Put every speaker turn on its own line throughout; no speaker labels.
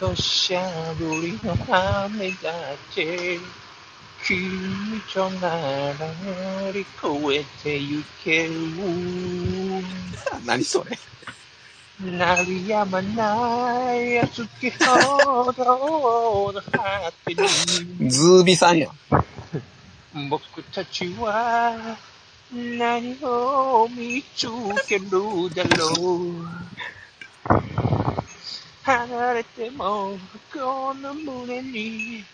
土砂降りの雨だって君となら乗り越えてゆける
何それ
鳴りやまない月ほどの果てに
ズービさんやん。
僕たちは何を見つけるだろう離れてもこの胸に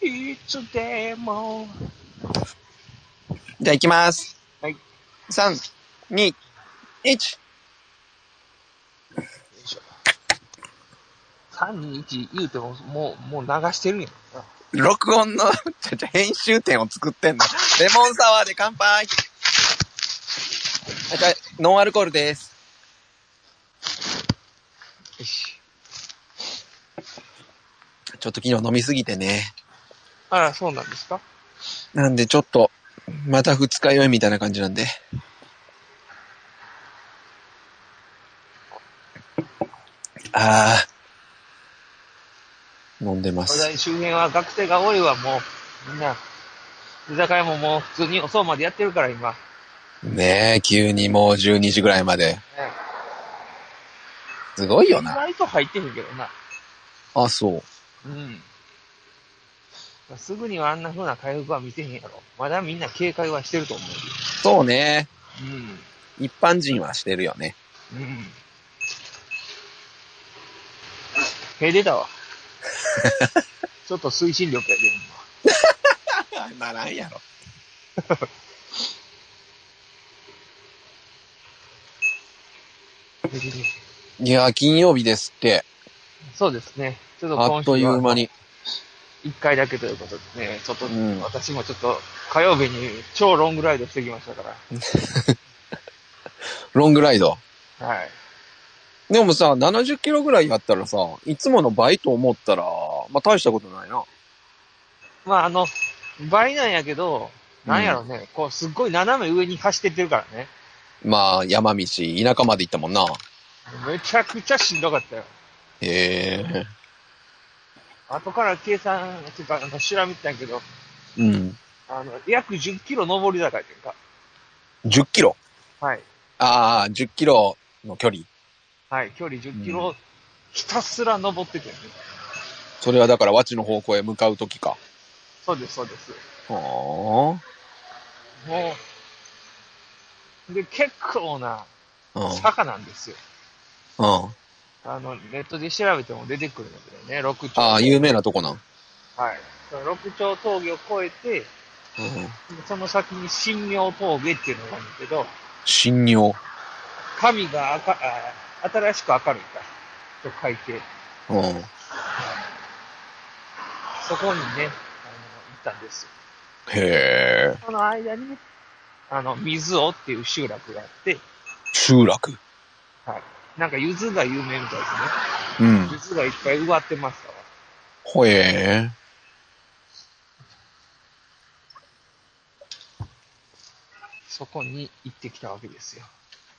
いつでも
じゃあ行きます。
はい。
3、2、1。
321言うてももうもう流してるやん
録音の、 ちゃちゃ編集点を作ってんの。レモンサワーで乾杯あじゃあノンアルコールです。ちょっと昨日飲みすぎてね。
あらそうなんですか
なんでちょっと、また二日酔いみたいな感じなんで。ああ。飲んでま
東
す。
大周辺は学生が多いわもうみんな居酒屋ももう普通に遅うまでやってるから今
ねえ、急にもう12時ぐらいまで。
ね
すごいよ
意
な。
外と入ってへんけどな
あ、そう。
うん。すぐにはあんな風な回復は見せへんやろ。まだみんな警戒はしてると思
そうね。
う。うん。
一般人はしてるよ ね。
うん。へ出た わ。ちょっと推進力やで、
ならんやろ。
ほんまへ出てる
いや、金曜日ですって。
そうですね。ちょっと
あ
今
っ
週
という
は
間に。
一回だけということでね、ちょっと、
うん
私もちょっと火曜日に超ロングライドしてきましたから。
ロングライド。
はい。
でもさ、70キロぐらいやったらさ、いつもの倍と思ったら、まあ、大したことないな。
まああの、倍なんやけど、なんやろね、こうすっごい斜め上に走ってってるからね。
まあ、山道、田舎まで行ったもんな。
めちゃくちゃしんどかったよ。
へえ。
後から計算、てか、あの、調べてたんやけど、
うん。
あの、約10キロ上り坂やってんか。
10キロ。
はい。
ああ、10キロの距離。
はい。距離10キ
う
ロ、ひたすら登ってて、ね
それはだから、和地の方向へ向かうときか。
そうです、そうです。
は
もう、で、結構な
あ。うん。
坂なんですよ。
うん。
あの、ネットで調べても出てくるんだけどね、六丁。
ああ、有名なとこなん。
はい。その六丁峠を越えて、
うん。
その先に神妙峠っていうのがあるんだけど、
神尿。
神が赤、あ新しく明るいか、と書いて、
うん。
そこにね、あの、行ったんですよ。
へえ。
その間にね、あの、水尾っていう集落があって、
集落。
なんか柚子が有名みたいですね。
うん。
柚子がいっぱい植わってますから。
ほえ
そこに行ってきたわけですよ。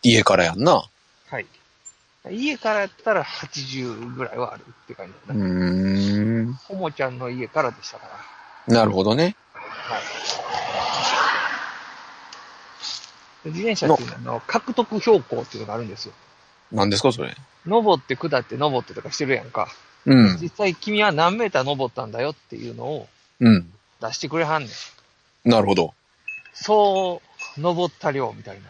家からやんな。
はい。家からやったら80ぐらいはあるって感じ
う
だな。
ーん。
ほもちゃんの家からでしたから。
なるほどね。
はい。で自転車っていうのはあの、獲得標高っていうのがあるんですよ。
何ですか、それ。
登って下って登ってとかしてるやんか。
うん。
実際君は何メーター登ったんだよっていうのを
うん。
出してくれはんねん。
なるほど。
そう、登った量みたいな。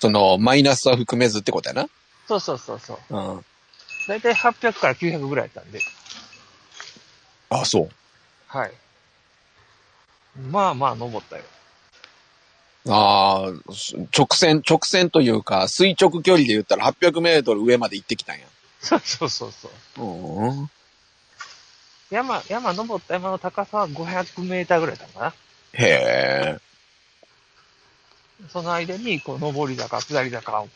その、マイナスは含めずってことやな。
そうそうそうそう。
うん。
だいたい800から900ぐらいやったんで。
あ、そう。
はい。まあまあ登ったよ。
ああ、す直線、直線というか、垂直距離で言ったら800メートル上まで行ってきたんや。
そうそうそうそう。
うん。
山、山登った山の高さは500メーターぐらいだったか
へえ。
な。その間に、こう、登り坂、下り坂を、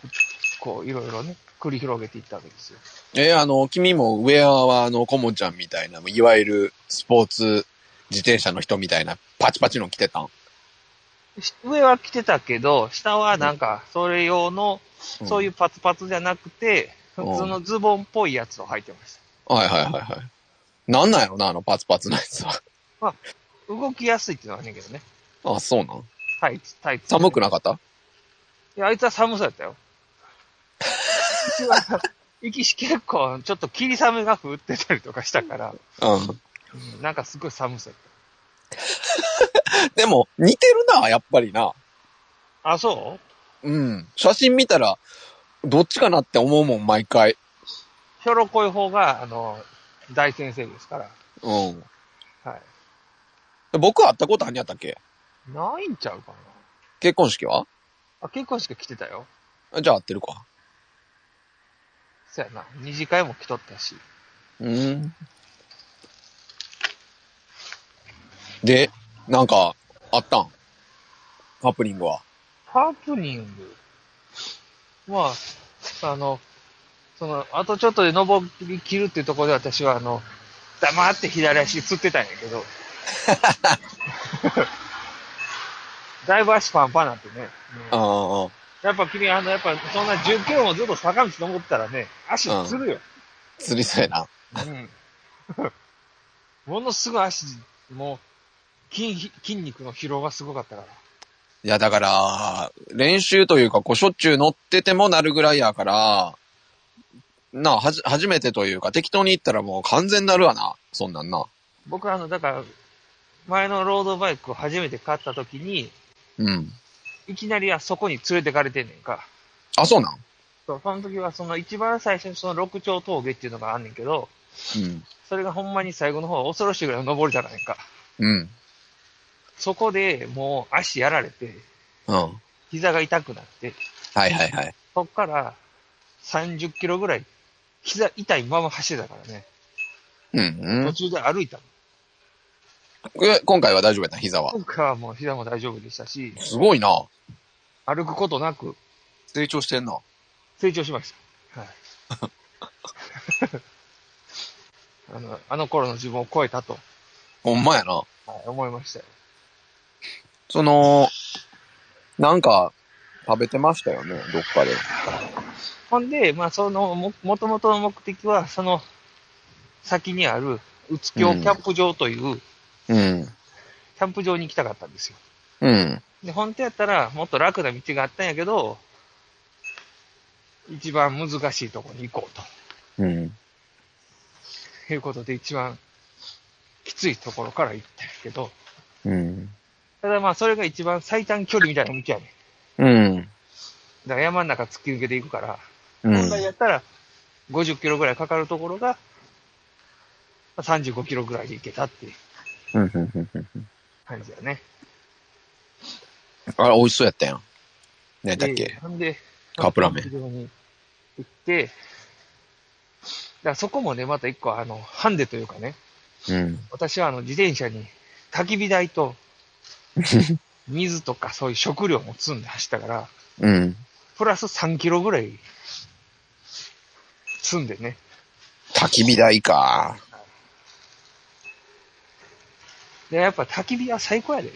こう、いろいろね、繰り広げていったわけですよ。
え、あの、君もウェアは、あの、コモちゃんみたいな、いわゆるスポーツ自転車の人みたいな、パチパチの着てたん。
し上は来てたけど、下はなんか、それ用の、そういううパツパツじゃなくて、
うん
普通のズボンっぽいやつを履いてまし
はいはいはいはい。なんなんやろな、あのパツパツのやつは。
動きやすいっていうのはあんねんけどね。
あ、そうなん
タイツ、タイツ。
寒くなかった
いや、あいつは寒そうやったよ。 うちは行きし結構、ちょっと霧雨が降ってたりとかしたから、
うん。
うんなんかすごい寒そうやっ
でも、似てるな、やっぱりな。
た。あ、そう
うん。写真見たら、どっちかなって思うもん、毎回。
ひょろこい方が、あの、大先生ですから。
うん。
は
僕会ったことあんやったっけ
い。ないんちゃうかな。
結婚式は
あ、結婚式来てたよ。
じゃあ会ってるか。
そやな。二次会も来とったし。
うん。で、なんか、あったんハプニングは。
ハプニングは、あの、その、あとちょっとで登り切るっていうところで私は、あの、黙って左足つってたんやけ ど。だいぶ足パンパンなってね。うん
ああ、
やっぱ君、あの、やっぱそんな10キロもずっと坂道登ったらね、足つるよ。
釣りそうやな。
うん。 ものすごい足、もう、筋、筋肉の疲労がすごかったから。
いや、だから、練習というか、こう、しょっちゅう乗っててもなるぐらいやから、なあ、はじ、初めてというか、適当に行ったらもう完全なるわな。そんなんな。
僕あの、だから、前のロードバイクを初めて買った時に、
うん。
いきなりあそこに連れてかれてんねんか。
あ、そうなん
そうその時はその一番最初にその六丁峠っていうのがあんねんけど、
うん。
それがほんまに最後の方恐ろしいぐらいの登りだからねんか。
うん。
そこでもう足やられて、
うん。はい
膝が痛くなって、
はいはい。
そっから30キロぐらい、膝痛いまま走ってたからね。
うん、う
途中
ん
で歩いたの。
え。今回は大丈夫やった膝は。
今回はもう膝も大丈夫でしたし、
すごいな。
歩くことなく
成長してんな。
成長しました。はい。 あの、あの頃の自分を超えたと、
ほんまやな。
はい思いましたよ。
その、なんか、食べてましたよね、どっかで。
ほんで、まあ、その、も、もともとの目的は、その、先にある、うつきょうキャンプ場という、キ
うん。
ャンプ場に行きたかったんですよ。
うん。
で、本当やったら、もっと楽な道があったんやけど、一番難しいところに行こう
うん。
ということで、一番きついところから行ったんやけど、
うん。
ただまあ、それが一番最短距離みたいな道やねん。
うん。
だから山の中突き抜けていくから、
う
本来やったら50キロぐらいかかるところが、まあ35キロぐらいで行けたっていう
うん。
感じだね。
あれ、美味しそうやったやん。何やったっ
で
け
ほんで、
カップラーメン
非常に行って、だからそこもね、また一個、あの、ハンデというかね、
うん。
私はあの、自転車に焚き火台 と、水とかそういう食料も積んで走ったから、
うん。
プラス3キロぐらい積んでね、
焚き火台か。
で、やっぱ焚き火は最高やで。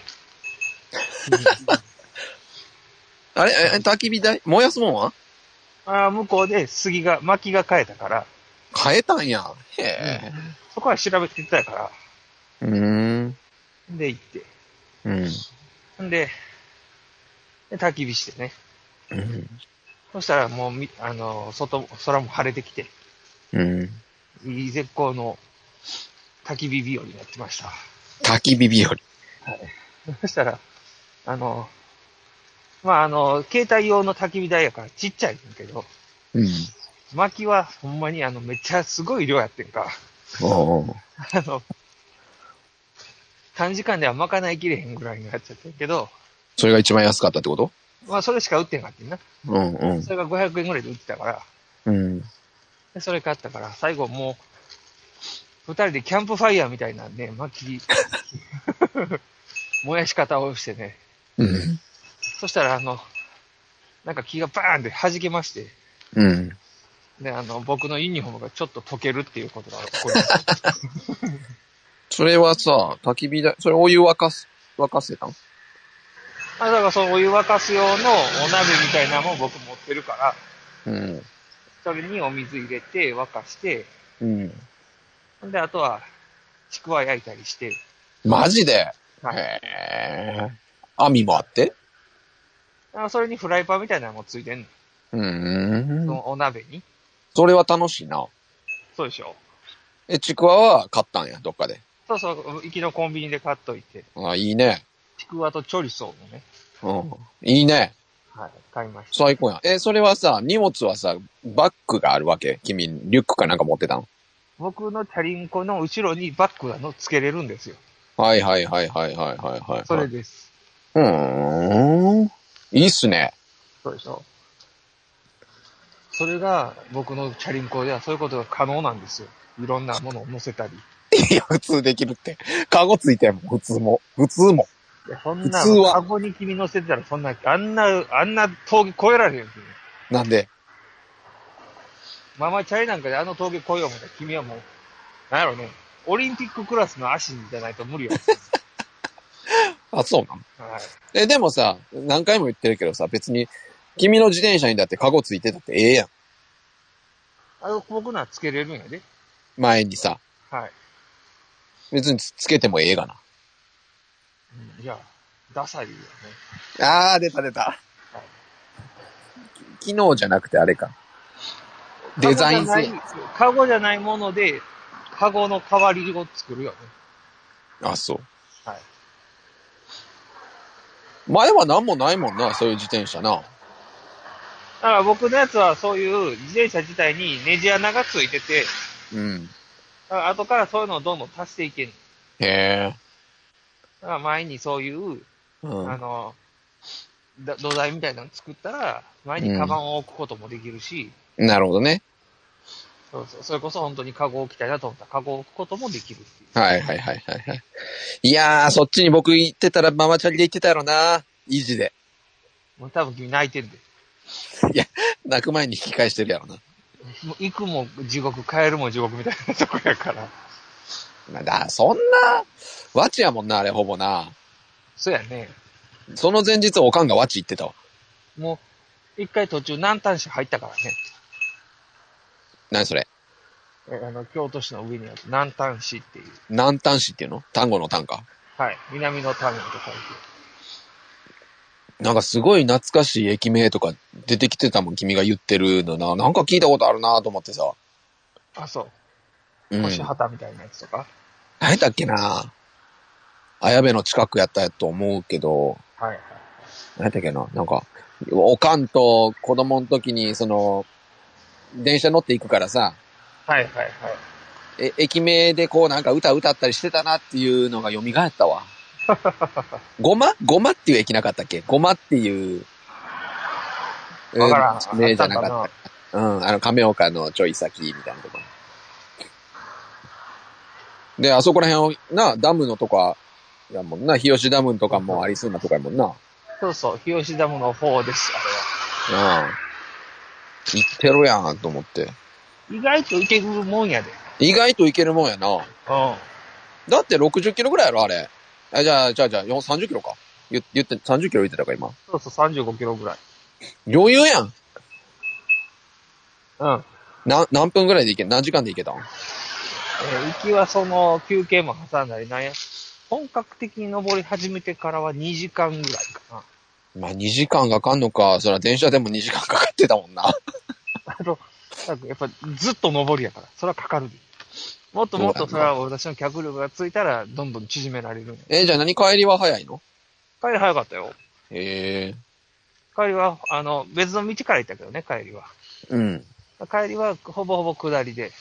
あれ、え焚き火台燃やすもんは
ああ、向こうで杉が、薪が生えたから、
変えたんや。へ
そこは調べてたから、
え。うん。
で行って。
うん。
んで、で焚き火してね。
うん。
そしたらもうみ、あの、外、空も晴れてきて、
うん。
いい絶好の焚き火日和になってました。
焚き火日和。
そしたら、あの、まあ、あの、携帯用の焚き火台やからちっちゃいねんけど、
うん。
薪はほんまにあの、めっちゃすごい量やってんか。
おうおう
あの、短時間ではまかないきれへんぐらいになっちゃったけど、
それが一番安かったってこと
まあそれしか売ってんかってんな。
うんうん
それが500円ぐらいで売ってたから、
うん。
でそれ買ったから、最後もう、二人でキャンプファイヤーみたいなね、薪、 燃やし方をしてね、
うん。
そしたらあの、なんか木がバーンって弾けまして、
うん。
で、あの、僕のユニフォームがちょっと溶けるっていうことが起こりました。
それはさ、焚き火台、それお湯沸かす、沸かせたん
あだからそのお湯沸かす用のお鍋みたいなのも僕持ってるから、
うん。
それにお水入れて沸かして、
うん。
ほんで、あとは、ちくわ焼いたりして、
マジで
はい
へえ。網もあって
あそれにフライパンみたいなのもついてんの。
う
そ
ーん。
のお鍋に。
それは楽しいな。
そうでしょ
え、ちくわは買ったんや、どっかで。
そうそう、行きのコンビニで買っといて、
あ、いいね。
ちくわとチョリソーもね、
うん。いいね。
はい、買いました。
最高やん。え、それはさ、荷物はさ、バッグがあるわけ君、リュックかなんか持ってたの
僕のチャリンコの後ろにバッグがのつけれるんですよ。
はいはいはいはいはいはいはい。
それです。
うーん。いいっすね。
そうでしょそれが僕のチャリンコではそういうことが可能なんですよ。いろんなものを乗せたり。
いや、普通できるって。カゴついてんもん、普通も。普通も。
いや、そんな、
普通は
カゴに君乗せてたらそんな、あんな、あんな峠越えられへんよ、君。
なんで、
ママチャリなんかであの峠越えようもたら君はもう、なんやろね、オリンピッククラスの足じゃないと無 理よ。
あ、そうなの
はい。
え、でもさ、何回も言ってるけどさ、別に、君の自転車にだってカゴついてたってええやん。
あの、僕のはつけれるんやで。
前にさ、
はい。
別につつけてもええがな。
うんいや、ダサいよね。
あー、出た出た。き昨日じゃなくてあれか。デザイン
カゴじ
性
ゃない。カゴじゃないもので、カゴの代わりを作るよね。
あ、そう。
はい。
前は何もないもんな、そういう自転車な。
だから僕のやつはそういう自転車自体にネジ穴がついてて、
うん。
だから後からそういうのをどんどん足していけんの。
へえ。
だから前にそういう、
うん
あ。の、だ土台みたいなの作ったら、前にカバンを置くこともできるし、
なるほどね。
そうそうそれこそ本当にカゴを置きたいなと思ったらカゴを置くこともできるっていう。
はいはいはいはいはい。いやー、そっちに僕行ってたらママチャリで行ってたやろな。維持で。
もう多分君泣いてるで。
泣く前に引き返してるやろな。
もう行くも地獄、帰るも地獄みたいなとこやから。
まあだ、そんな、ワチやもんな、あれほぼな。
そうやね。
その前日おかんがワチ行ってたわ。
もう、一回途中南丹市入ったからね。
何それ
えあの、京都市の上にある南丹市っていう。
南丹市っていうの単語の単か。
はい。南の丹後と書いて。
なんかすごい懐かしい駅名とか出てきてたもん、君が言ってるのな。なんか聞いたことあるなと思ってさ。
あ、そう。
うん。
星畑みたいなやつとか。
何やったっけな綾部の近くやったと思うけど、
はいはい。
何やったっけななんか、おかんと子供の時に、その、電車乗って行くからさ、
はいはいはい。
え、駅名でこうなんか歌歌ったりしてたなっていうのが蘇っ たわ。ごまごまっていう駅なかったっけごまっていう、えー
わからん。あ
地名じゃ
ん
なかっ
な。
た。うん、あの亀岡のちょい先みたいなところ。で、あそこら辺を、な、ダムのとか、やもんな、日吉ダムとかもありそうなとかやもんな。うん。
そうそう。日吉ダムの方です、あ
行ってろやんと思って。
れは。意外といけるもんやで。
意外といけるもんやな。
うん。
だって60キロぐらいやろ、あれ。あ、じゃあ、じゃあ、じゃあ、よん30キロか。言言って、30キロ言ってたか、今。
そうそう、35キロぐらい。
余裕やん。
うん。
な、何分ぐらいで行け、何時間で行けたん
えー行きはその休憩も挟んだりなんや。本格的に登り始めてからは2時間ぐらいかな。
まあ、2時間かかんのか。そら、電車でも2時間かかってたもんな。
あの、なんかやっぱずっと登りやから、それはかかるで。もっともっとそれは私の脚力がついたら、どんどん縮められるんや。
えじゃあ何帰りは早いの
帰り早かったよ。
へえ。
帰りは、あの、別の道から行ったけどね、帰りは。
うん。
帰りはほぼほぼ下りで。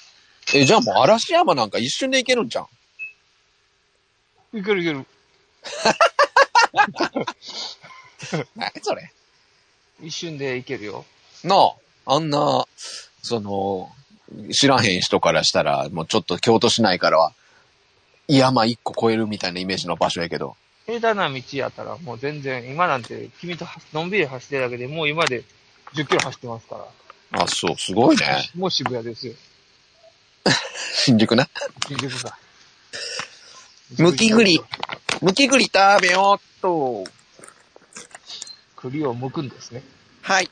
え、じゃあもう嵐山なんか一瞬で行けるんじゃん。
いけるいける。
何それ。
一瞬で行けるよ。
なあ、あんな、その、知らへん人からしたら、もうちょっと京都市内からは、山1個越えるみたいなイメージの場所やけど。
平坦な道やったら、もう全然、今なんて、君とはのんびり走ってるだけでもう今で10キロ走ってますから。
あ、そう、すごいね。
もう渋谷ですよ。
新宿な。
新宿さ。
むき栗。むき栗食べよっと。
栗を剥くんですね。
はい。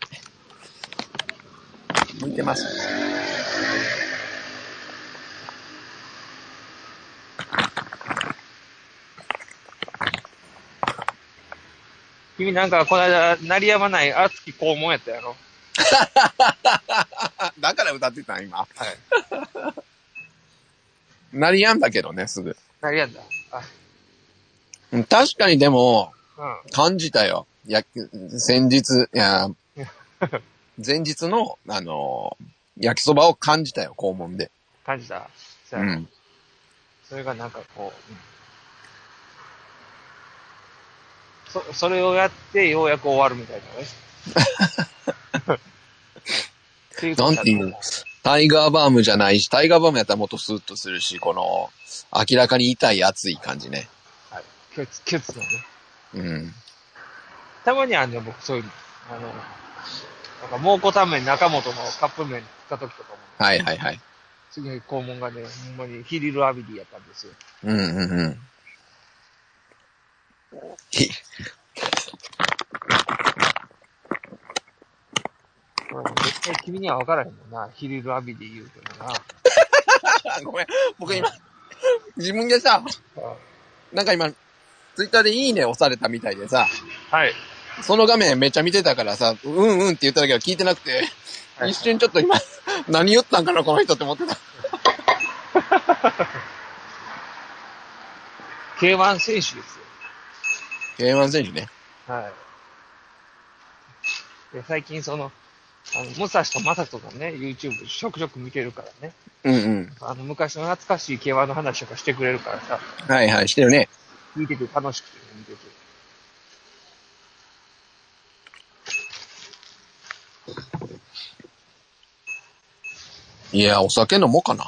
向いてます。
君なんか、この間、鳴りやまない熱き肛門やったやろ。
あだから歌ってたん、今。
はい。
なりやんだけどね、すぐ。
鳴りやんだ。あ、
うん確かにでも、
うん。
感じたよ。いや、先日、い や、前日の、あのー焼きそばを感じたよ、肛門で。
感じた。そうや
ん。
それがなんかこう、うんそ、それをやってようやく終わるみたいなね。っていうことだと思
なんてタイガーバームじゃないし、タイガーバームやったらもっとスーッとするし、この、明らかに痛い、熱い感じね。
はい。ケツ、ケツのね。
うん。
たまにあんねん、僕、そういうの。あの、なんか、蒙古タンメン中本のカップ麺食った時とかも、
はいはいはい。
次の肛門がね、ほんまにヒリルアビリやったんですよ。
うんうんうん。ひ
もう絶対君には分からへんもんな。ヒリルアビリ言うけどな。
ごめん、僕今、自分でさ、なんか今、ツイッターでいいね押されたみたいでさ、
はい。
その画面めっちゃ見てたからさ、うんうんって言っただけど聞いてなくて、
はい
一瞬ちょっと今、何言ったんかな、この人って思ってた。
K1 選手ですよ。
K1 選手ね。
はい。で、最近その、あの、武蔵と正人のね、YouTube ちょくちょく見てるからね。
うんうん。
あの、昔の懐かしい競馬の話とかしてくれるからさ、
はいはい、してるね。
見てて楽しくて、見てて。
いや、お酒飲もうかな。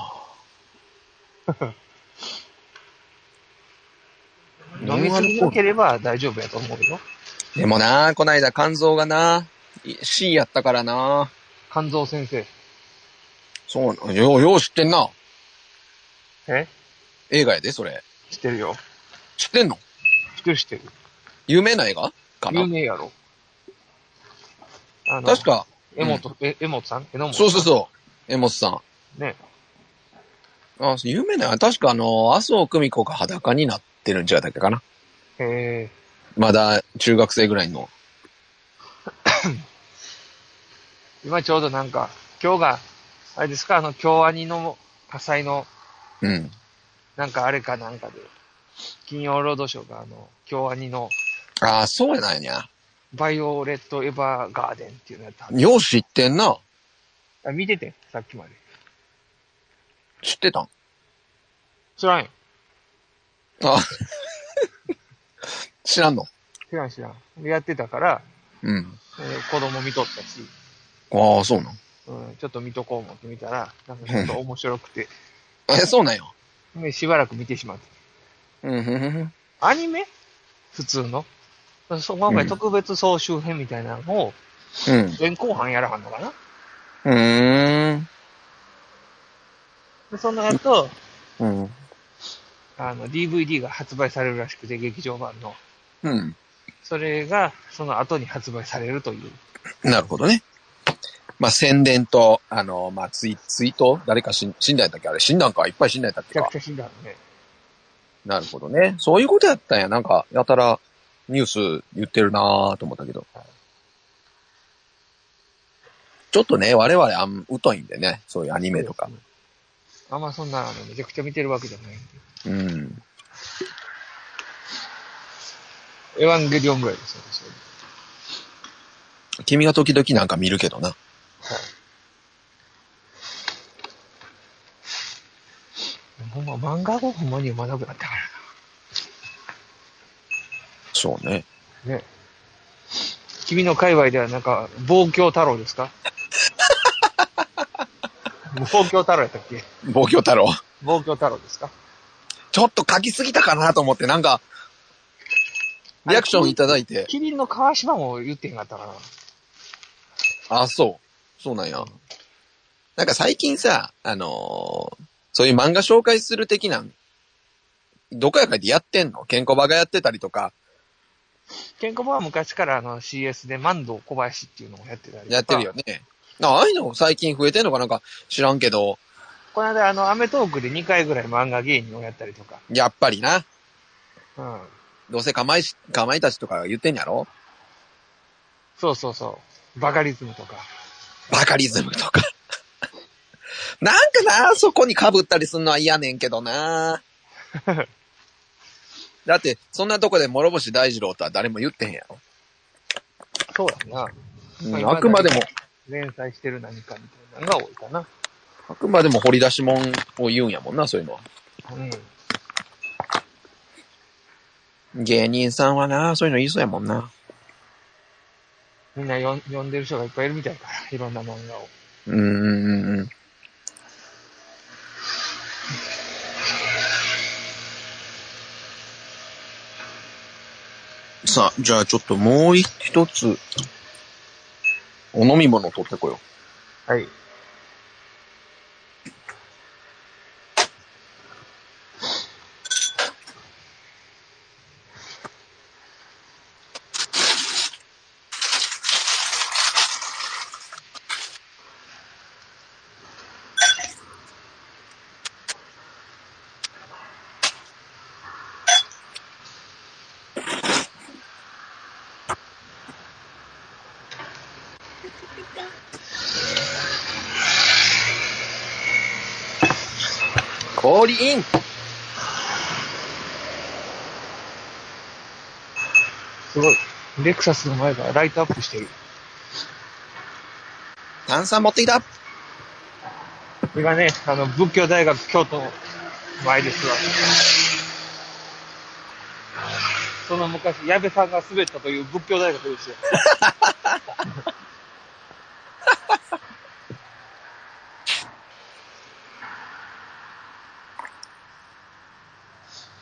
飲みすぎなければ大丈夫やと思うよ。
でもな、こないだ肝臓がな、い C やったからな。
肝臓先生。
そう、よう、よう知ってんな。
え
映画やで、それ。
知ってるよ。
知ってんの
知ってる知ってる。
有名な映画かな
有名やろ。あの、
確か。
江本、え、江本さん江本
そうそうそう。江本さん。
う。ね。
あ、有名な、確かあの、麻生久美子が裸になってるんじゃなかったかな。
へえ。
まだ中学生ぐらいの。
今ちょうどなんか、今日が、あれですか、あの、京アニの火災の、
うん。
なんかあれかなんかで、金曜ロードショーがあの、京アニの
ああ、そうやなんや。
バイオレット・エヴァーガーデンっていうのやった。
よう知ってんな。
あ見ててん、さっきまで。
知ってたん
知らんよ。
あ 知らんの
知らん知らん。やってたから、
うん。
えー子供見とったし、
ああ、そうなん。
うん、ちょっと見とこう思って見たら、なんかちょっと面白くて、
え、そうなんや。
でしばらく見てしまって。
うん、ふんふんふん。
アニメ普通のそう今回特別総集編みたいなのを、
うん。
前後半やらはんのかな
うーん。
でその後、
うん。
あの、DVD が発売されるらしくて、劇場版の。
うん。
それが、その後に発売されるという。
なるほどね。まあ、宣伝と、あの、まあ、ツイ、ツイート誰か死ん死んだんやったっけあれ死んだんかいっぱい死んだんやったっ
め
け
ちゃ
か
くちゃ死んだのね。
なるほどね。そういうことやったんや。なんか、やたら、ニュース言ってるなぁと思ったけど。ちょっとね、我々あん、疎いんでね。そういうアニメとか。。
あんまそんな、あのめちゃくちゃ見てるわけじゃないん
うん。
で。エヴァンゲリオンぐらいですよ、私は
君が時々なんか見るけどな。
ほんま、漫画がほんまに読まなくなったか
そうね。
ら。ね。君の界隈ではなんか、望郷太郎 ですか望郷太郎やったっけ
暴挙太郎。
望郷太郎ですか
ちょっと書きすぎたかなと思って、なんか、リアクションいただいて。
キリンの川島も言ってへんかったかな。
あ、そう。そうなんや。なんか最近さ、あのーそういう漫画紹介する的なん、どこやかでやってんの健康場がやってたりとか、
ケンコバは昔からあの CS で万堂小林っていうのをやってたりとか
やってるよね。なああいうの最近増えてんのかなんか知らんけど、
この間、あの、アメトークで2回ぐらい漫画芸人をやったりとか。
やっぱりな。
うん。
どうせかまいし、かまいたちとか言ってんやろ
そうそうそう。バカリズムとか。
バカリズムとか。 なんかな、そこに被ったりすんのは嫌ねんけど な。だって、そんなとこで諸星大二郎とは誰も言ってへんやろ。
そうやな。
う
ま
ん、
今
あくまでも、
連載してる何かみたいなのが多いかな。
あくまでも掘り出しもんを言うんやもんな、そういうのは。
うん。
芸人さんはな、そういうの言いそうやもんな。
みんなよん読んでる人がいっぱいいるみたいから、いろんな漫画を。
うんうんうんうん。さあ、じゃあちょっともう一つ、お飲み物取ってこよ
はい。
う。氷イン
すごい。レクサスの前がライトアップしてる。
炭酸持ってきた
これがね、あの、仏教大学京都の前ですわ。その昔、矢部さんが滑ったという仏教大学ですよ。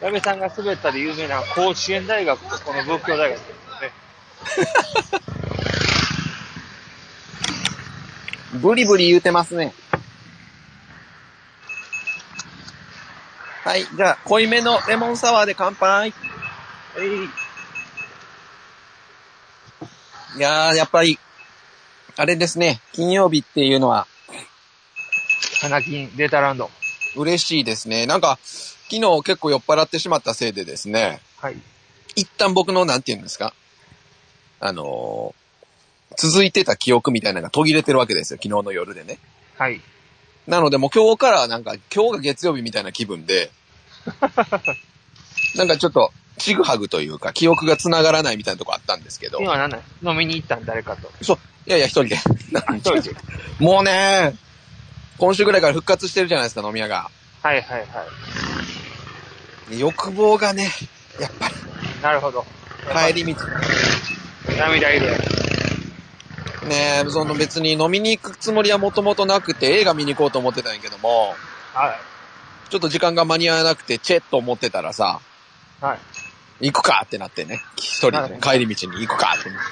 矢部さんが滑ったで有名な甲子園大学とこの仏教大学ですよね。
ブリブリ言うてますね。はい、じゃあ、濃いめのレモンサワーで乾杯。いやー、やっぱり、あれですね、金曜日っていうのは
花金データランド。
嬉しいですね。なんか、昨日結構酔っ払ってしまったせいでですね、
はい。
一旦僕の、なんて言うんですか、あのー続いてた記憶みたいなのが途切れてるわけですよ、昨日の夜でね。
はい。
なのでもう今日からはなんか、今日が月曜日みたいな気分で、なんかちょっと、ちぐはぐというか、記憶が繋がらないみたいなとこあったんですけど、い
今何なん飲みに行ったん誰かと。
やいや、一人で。
一人で。
もうね、今週ぐらいから復活してるじゃないですか、飲み屋が。
はいはいはい。
欲望がね、やっぱり、
なるほど。
帰り道。
涙入れ。
ねえ、その別に飲みに行くつもりはもともとなくて映画見に行こうと思ってたんやけども、
は
ちょっと時間が間に合わなくてチェッと思ってたらさ、
い。はい。
行くかってなってね。一人でね帰り道に行くかってなって。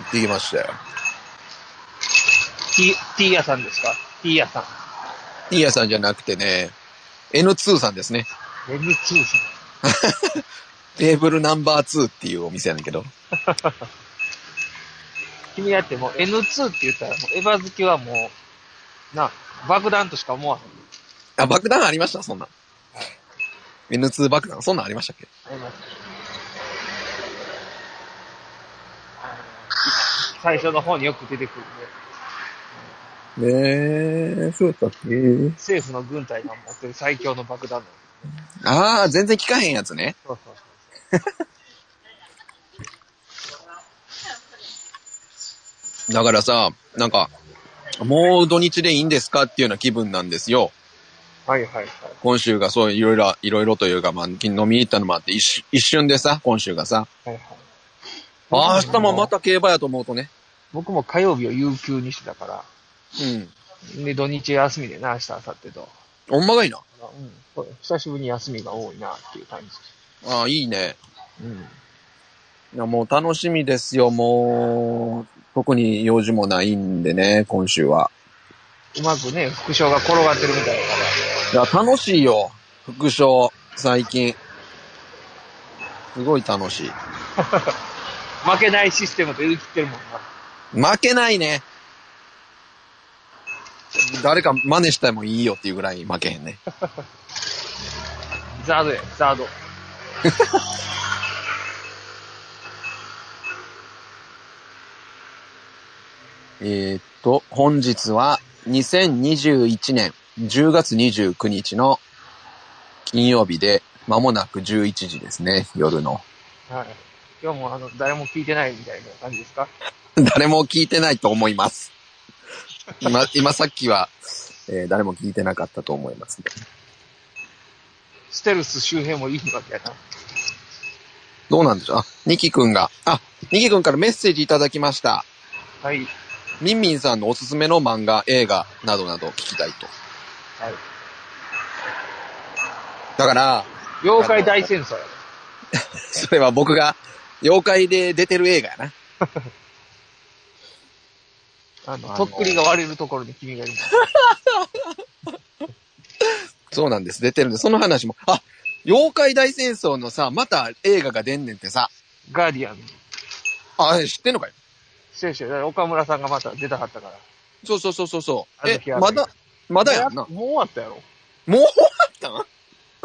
行ってきましたよ。
T、T 屋さんですか ?T 屋さん。
いいやさんじゃなくてね、N2 さんですね。
M2 さ
テーブルナンバー2っていうお店やねんけど。
ん。君だってもう N2 って言ったらもうエヴァ好きはもう、な、爆弾としか思わ
あ、爆弾ありましたそんなん。N2 爆弾、そんなんありましたっけ
へん。最初の方によく出てくるんで、
ねえ、そうだったっけ
政府の軍隊が持ってる最強の爆弾の。
ああ、全然聞かへんやつね。
そうそう
だからさ、なんか、もう土日でいいんですかっていうような気分なんですよ。
そう。はいはいはい。
今週がそういろいろ、いろいろというか、まあ、飲みに行ったのもあって、一瞬一瞬でさ、今週がさ、
はいはい、
あー明日もまた競馬やと思うとね。
僕も火曜日を有給にしてたから、
うん。
で、土日休みでな、明日、明後日と。
ほんまがいいな。
うんこれ、久しぶりに休みが多いなっていう感じ。
ああ、いいね。
うん。
いや、もう楽しみですよ、もう。特に用事もないんでね、今週は。
うまくね、副賞が転がってるみたいだか
いや、楽しいよ。副賞、最近。すごい楽しい。
ら、負けないシステムと言い切ってるもんな。
負けないね。誰か真似してもいいよっていうぐらい負けへんね。
ザードや、ザード。
えーっと、本日は2021年10月29日の金曜日で、間もなく11時ですね、夜の。
はい。今日もあの、誰も聞いてないみたいな感じですか
誰も聞いてないと思います。今、今さっきは、えー誰も聞いてなかったと思いますね。
ステルス周辺もいいわけやな。
どうなんでしょうあ、ニキ君が、あ、ニキ君からメッセージいただきました。
はい。はい。
ミンミンさんのおすすめの漫画、映画などなど聞きたいと。だから、
妖怪大戦争や。
それは僕が妖怪で出てる映画やな。
あ
あの
の、とっくりが割れるところに君がいる。
そうなんです。出てるんで、その話も。あ、妖怪大戦争のさ、また映画が出んねんってさ。
ガーディアン。
あ、知ってんのかよ。
そうそう。だから岡村さんがまた出たはったから。
そうそうそうそうそう。
あの
え
日あ、の
まだ、まだやん
も
な
う。終わったやろ。
もう終わっ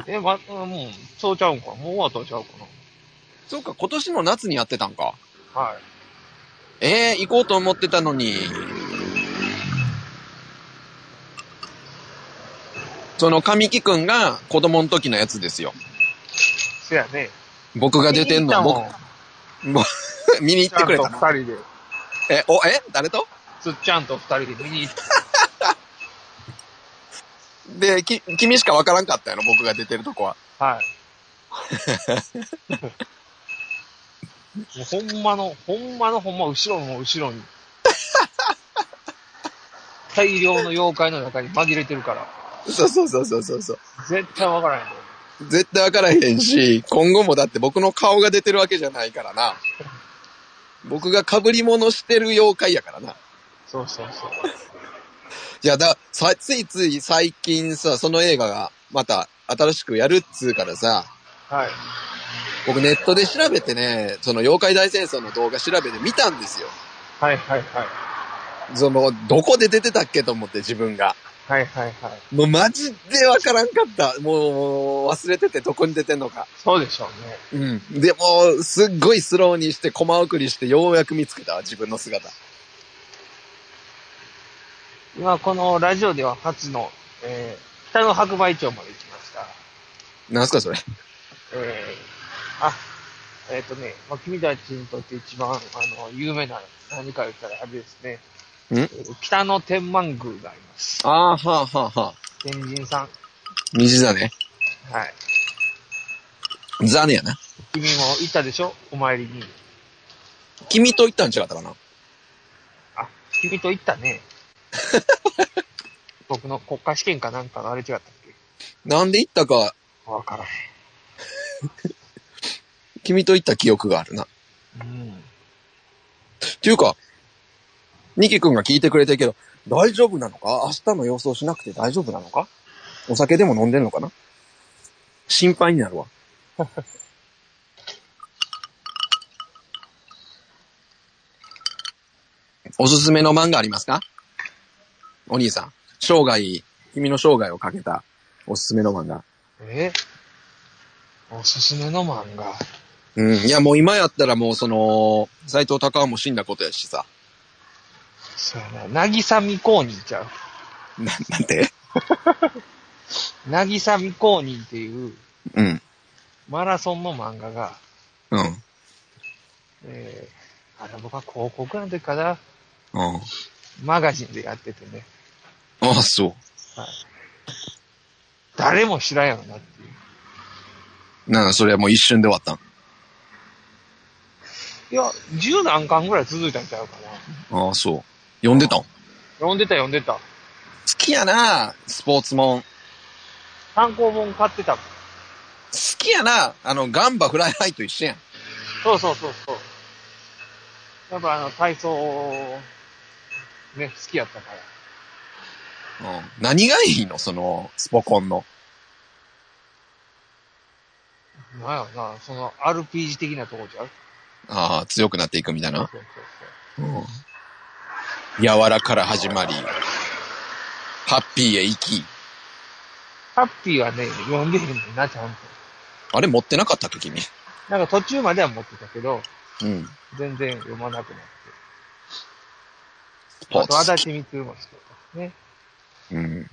たん
え、ま、もう、そうちゃうんか。もう終わったんちゃうか
そうか、今年の夏にやってたんか。
な。はい。
ええ行こうと思ってたのに。その神木くんが子供の時のやつですよ。
せやね。
僕が出てんの
も
は僕、見に行
つ
って
っ
くれ
ちゃ
た
ん
の
と二人で。
え、お、え誰と
つっちゃんと二人で見に行って。
で、き、君しかわからんかったやろ、僕が出てるとこは。
はい。もうほんまの、ほんまのほんま後ろの後ろに。大量の妖怪の中に紛れてるから。
そうそうそうそうそうそう。
絶対わからへんよ。
絶対わからへんし、今後もだって僕の顔が出てるわけじゃないからな。僕が被り物してる妖怪やからな。
そうそうそう。
いや、だ、さ、ついつい最近さ、その映画がまた新しくやるっつうからさ、
はい。
僕ネットで調べてね、その妖怪大戦争の動画調べて見たんですよ。
はいはいはい。
その、どこで出てたっけと思って自分が。
はいはいはい。
もうマジでわからんかった。もう忘れててどこに出てんのか。
そうでしょうね。
うん。でも、すっごいスローにして、コマ送りして、ようやく見つけたわ、自分の姿。
今このラジオでは初の、えー、北の白梅町まで行きました。
なんすか、それ。
えー、あ、えっ、とね、まあ、君たちにとって一番、あの、有名な何か言ったらあれですね。
ん
えー北の天満宮があります。
ああ、はあ、はあ、はあ。
天神さん。
虹だね。
はい。
ザネやな。
君も行ったでしょお参りに。
君と行ったん違ったかな
あ、君と行ったね。僕の国家試験かなんかのあれ違ったっ
なんで行ったか、
けわからへ
君と行った記憶があるな。
ん。うん。
っていうか、ニキ君が聞いてくれてるけど、大丈夫なのか明日の予想しなくて大丈夫なのかお酒でも飲んでんのかな心配になるわ。 おすすめの漫画ありますかお兄さん、生涯、君の生涯をかけたおすすめの漫画。
えおすすめの漫画。
うん、いやもう今やったらもうその、斎藤隆夫も死んだことやしさ。
そうやな。なぎさみこうにちゃう。
な、なんて
なぎさみこうにっていう
うん、
マラソンの漫画が、
うん、
えー、あれ僕は高校くらいの時かな、
うん。
マガジンでやっててね、
ああ、そ
誰も知らんやろなっていう。
う。なんか、それはもう一瞬で終わったん。
いや、十何巻ぐらい続いたんちゃうかな。
ああ、そう。読んでたん好
読んでた読んでた。
きやなスポーツもん。好
参考本買ってたもん。
きやなあの、ガンバフライハイと一緒やん。
そうそうそうそう。やっぱあの、体操、ね、好きやったから。
うん。何がいいのその、スポコンの。
なんやろな、その RPG 的なとこちゃう
ああ、強くなっていくみたい
そう
な。
そうそう。
うん。柔らから始まり、ハッピーへ行き。
ハッピーはね、読んでへんねんな、ちゃんと。
あれ持ってなかったっけ君。
なんか途中までは持ってたけど、
うん。
全然読まなくなって。
ポ
あと、
ー
足立
ツ。
みつも好きだったね。
うん。
うん。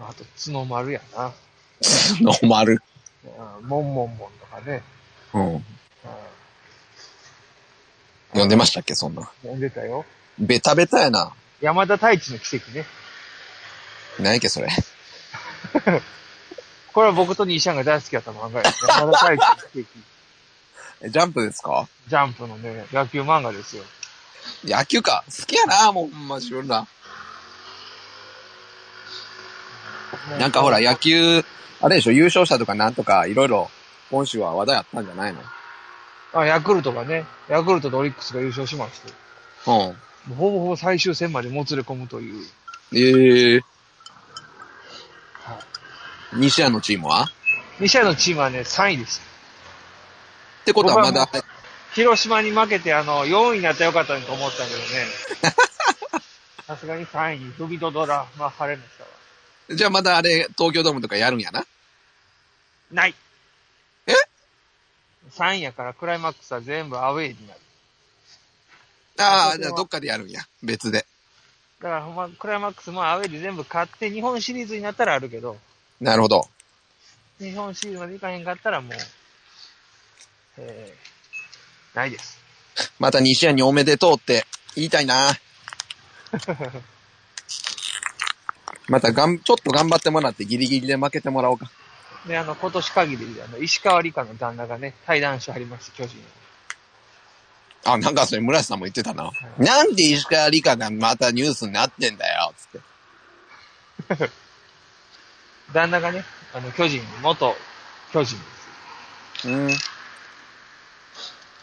あと、角丸やな。
ノーマル。
うんモンモンモンとかね。
うん。
うん
読んでましたっけそんな。
読んでたよ。
ベタベタやな。
山田太一の奇跡ね。
何やっけそれ。
これは僕と西さんが大好きだった漫画です。山田太一の奇跡。
えジャンプですか
ジャンプのね、野球漫画ですよ。
野球か。好きやな、もうほんま、しおるな。なんかほら、野球、あれでしょ、優勝者とかなんとか、いろいろ、今週は話題あったんじゃないの
あ、ヤクルトがね、ヤクルトとオリックスが優勝しまして、
うん。
もうほぼほぼ最終戦までもつれ込むという。
ええ西矢のチームはっ
西谷のチームはね、3位です。
てことはまだ
僕、広島に負けて、あの、4位になったらよかったなと思ったけどね。 さすがに3位にドビドドラ、まあ、晴れましたわ。
じゃあまだあれ、東京ドームとかやるんやな。
ない。
え
?3 位やからクライマックスは全部アウェイになる。東
あ
京は
あ、じゃあどっかでやるんや。別で。
だからほんま、クライマックスもアウェイで全部勝って、日本シリーズになったらあるけど、
なるほど。
日本シリーズまでいかへんかったらもう、えー、ないです。
また西矢におめでとうって言いたい な。またがん、ちょっと頑張ってもらってギリギリで負けてもらおうか。
で、あの、今年限りで、あの、石川理香の旦那がね、対談してはりました、巨人。
あ、なんかそれ村瀬さんも言ってたな。なんで石川理香がまたニュースになってんだよ、つって。
旦那がね、あの、巨人、元巨人です。
うん。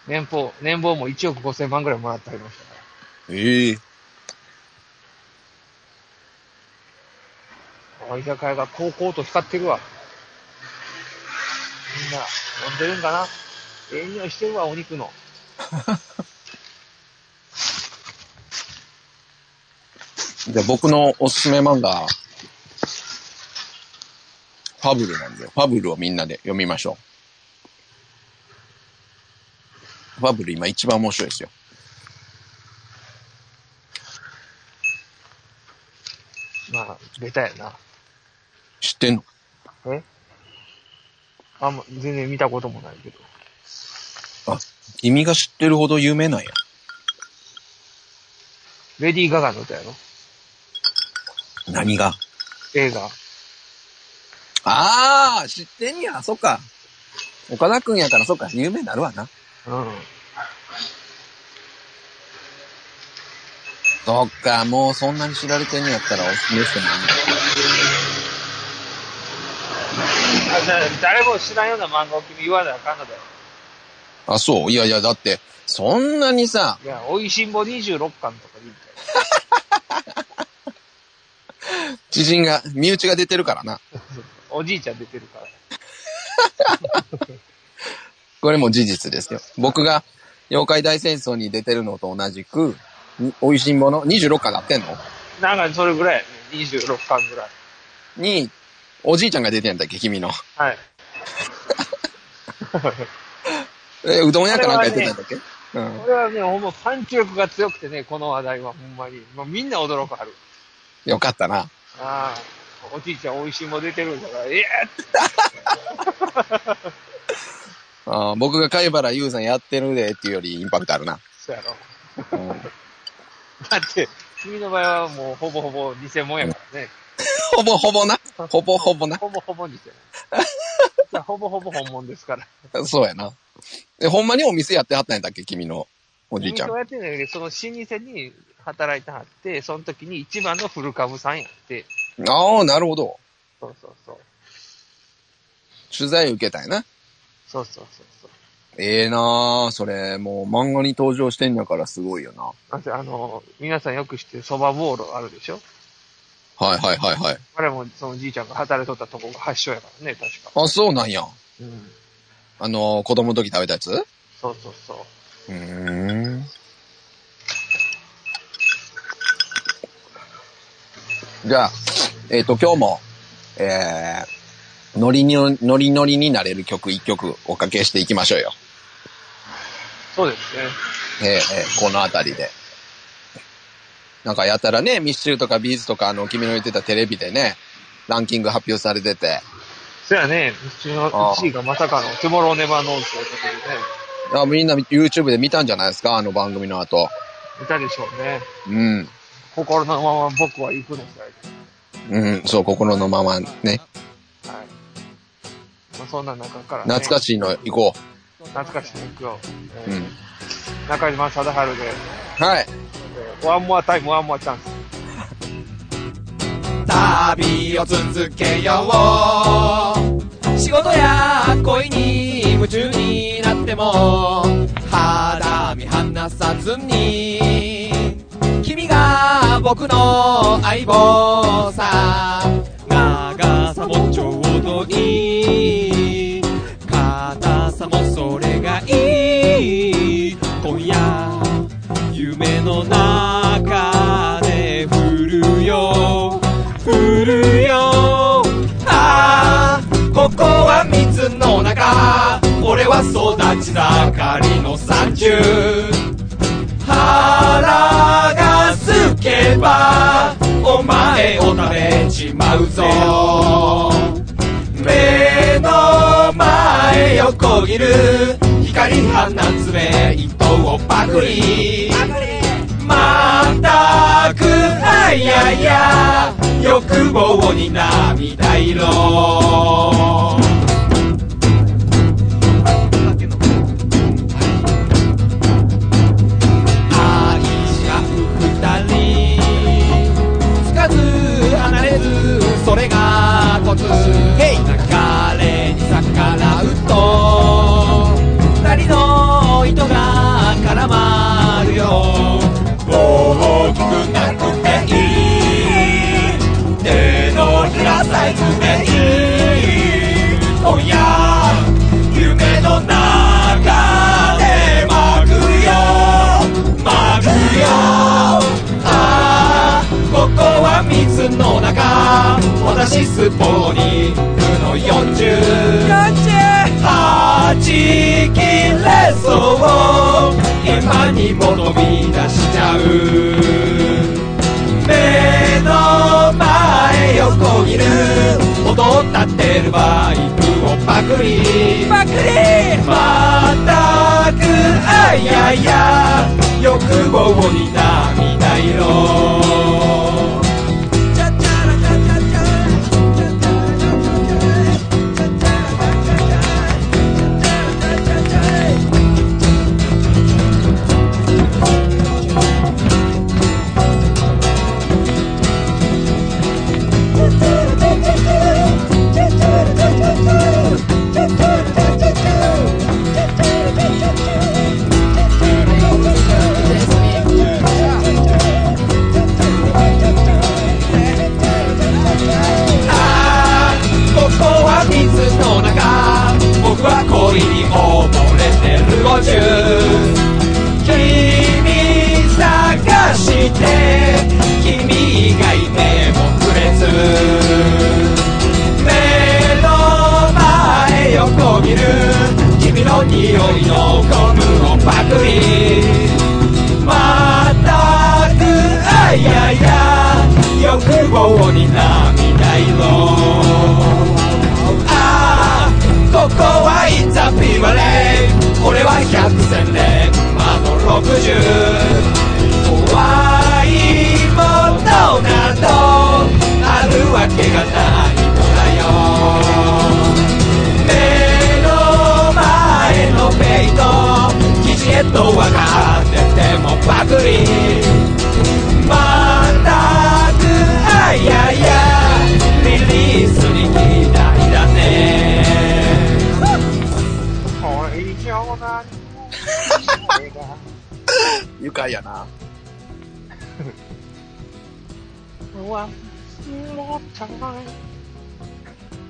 年俸、年俸も1億5千万ぐらいもらってはりましたから。
ええ
あ居酒屋がこうこうと光ってるわ。みんな、飲んでるんかなええ匂いしてるわ、お肉の。
じゃあ僕のおすすめ漫画、ファブルなんで、ファブルをみんなで読みましょう。ファブル今一番面白いですよ。
まあ、ベタやな。
知ってんの
えあんま、全然見たこともないけど。
あ、君が知ってるほど有名なんや。
レディー・ガガの歌やろ
何が
映画。
ああ、知ってんや、そっか。岡田くんやからそっか、有名になるわな。
うん。
そっか、もうそんなに知られてんやったらおすすめしてもいい
あじゃあ誰も知らんような漫画を君言わなあかんのだよ。
あ、そういやいや、だって、そんなにさ、
いや、おいしんぼ26巻とかでいいんだよ。
知人が、身内が出てるからな。
おじいちゃん出てるから。
これも事実ですよ。僕が妖怪大戦争に出てるのと同じく、に美味しんぼの26巻なってんの
なんかそれぐらいやね。26巻ぐらい。
に、おじいちゃんが出てんだっけ、君の。
はい。
え、うどん屋かなんかやってたんだっけ、うん。
これはね、ほんまパンチ力が強くてね、この話題はほんまに。もうみんな驚くはる。
よかったな。
ああ、おじいちゃんおいしいも出てるんだから、ええ
あー僕が貝原優さんやってるでっていうよりインパクトあるな。
そうやろ。
う
だ
ん、
って、君の場合はもうほぼほぼ偽物やからね。
ほぼほぼな。ほぼほぼな。
ほぼほぼ偽物。じ ゃあほぼほぼ本物ですから。
そうやな。え、ほんまにお店やってはったんやったっけ君のおじいちゃん
そう。やってんだけど、その老舗に働いてはって、その時に一番の古株さんやって。
ああ、なるほど。
そうそうそう。
取材受けたんやな。
そうそうそうそう。
ええなあそれ、もう漫画に登場してんやからすごいよな。
あとあの、皆さんよく知ってる蕎麦ボーロあるでしょ
はいはいはいはい。
あれもそのじいちゃんが働いとったとこが発祥やからね、確か。
あ、そうなんや。
うん。
あの、子供の時食べたやつう
そうそうそう。
ーん。じゃあ、えっ、と、今日も、えー、ノリに、ノリノリになれる曲一曲おかけしていきましょうよ。
そうですね。
えーえーこのあたりで。なんかやたらね、ミッシュルとかビーズとか、あの、君の言ってたテレビでね、ランキング発表されてて、
そやね、うちの
ああ
1位がまさかの、トゥモローネバーノーズということでね、
あみんな YouTube で見たんじゃないですかあの番組の後。
いたでしょうね。
うん。
心のまま僕は行くのさ。
うん、そう、心のままね。
はい。まあ、そんな中から、ね、
懐か
しい。
しいの行こ
懐かしい行くよ。
う。う
え
ん。
ー中島貞治で、
はい。
えーワンモアタイム、ワンモアチャンス。
旅を続けよう仕事や恋に夢中になっても肌身離さずに君が僕の相棒さ長さもちょうどいい硬さもそれがいい今夜夢の中で降るよ降るよああここは水の中俺は育ち盛りの三十腹が空けばお前を食べちまうぞ目の前横切る光放つ目一をパクリまたくあいやいや欲望に涙色愛し合う二人つかず離れずそれがコツ流れに逆らうと二人の糸が絡まるよ大きくなくていい手のひらサイズでいい今夜夢の中でまくよまくよああここは水の中私スポーニングの40 40はちきれそう今にも飛び出しちゃう目の前横切る踊ったってるバイクをパクリパクリまたくあいやいや欲望に涙色ああここは水の中僕は恋に溺れてる五十君探して君以外目もくれず目の前横切る君の匂いのゴムをパクリまたくあいやいや欲望に涙色ああここはいざピバレー俺は百戦錬魔の六十怖いものなどあるわけがないのだよ目の前のペイと生地へと分かっててもパクリまたくあいやいやリリースに期待だね
これ以上何もこれが
愉快やな。
One more time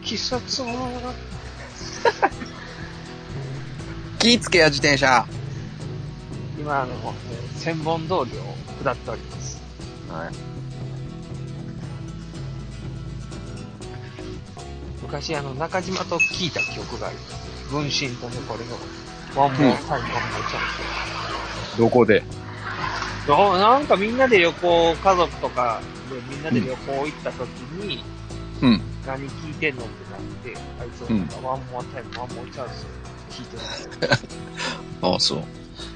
季節は
気ぃつけや、自転車。
今あの、えー千本通りを下っております。
はい。
昔あの、中島と聞いた記憶がある。分身とね、これの、ワンモアタイムワンモアチャンス。
どこで
ななんかみんなで旅行、家族とかでみんなで旅行行った時に、
うん。
何聞いてんのってなって、あいつはなんかワンモアタイム、ワンモアチャンス聞いてます。
ああ、そう。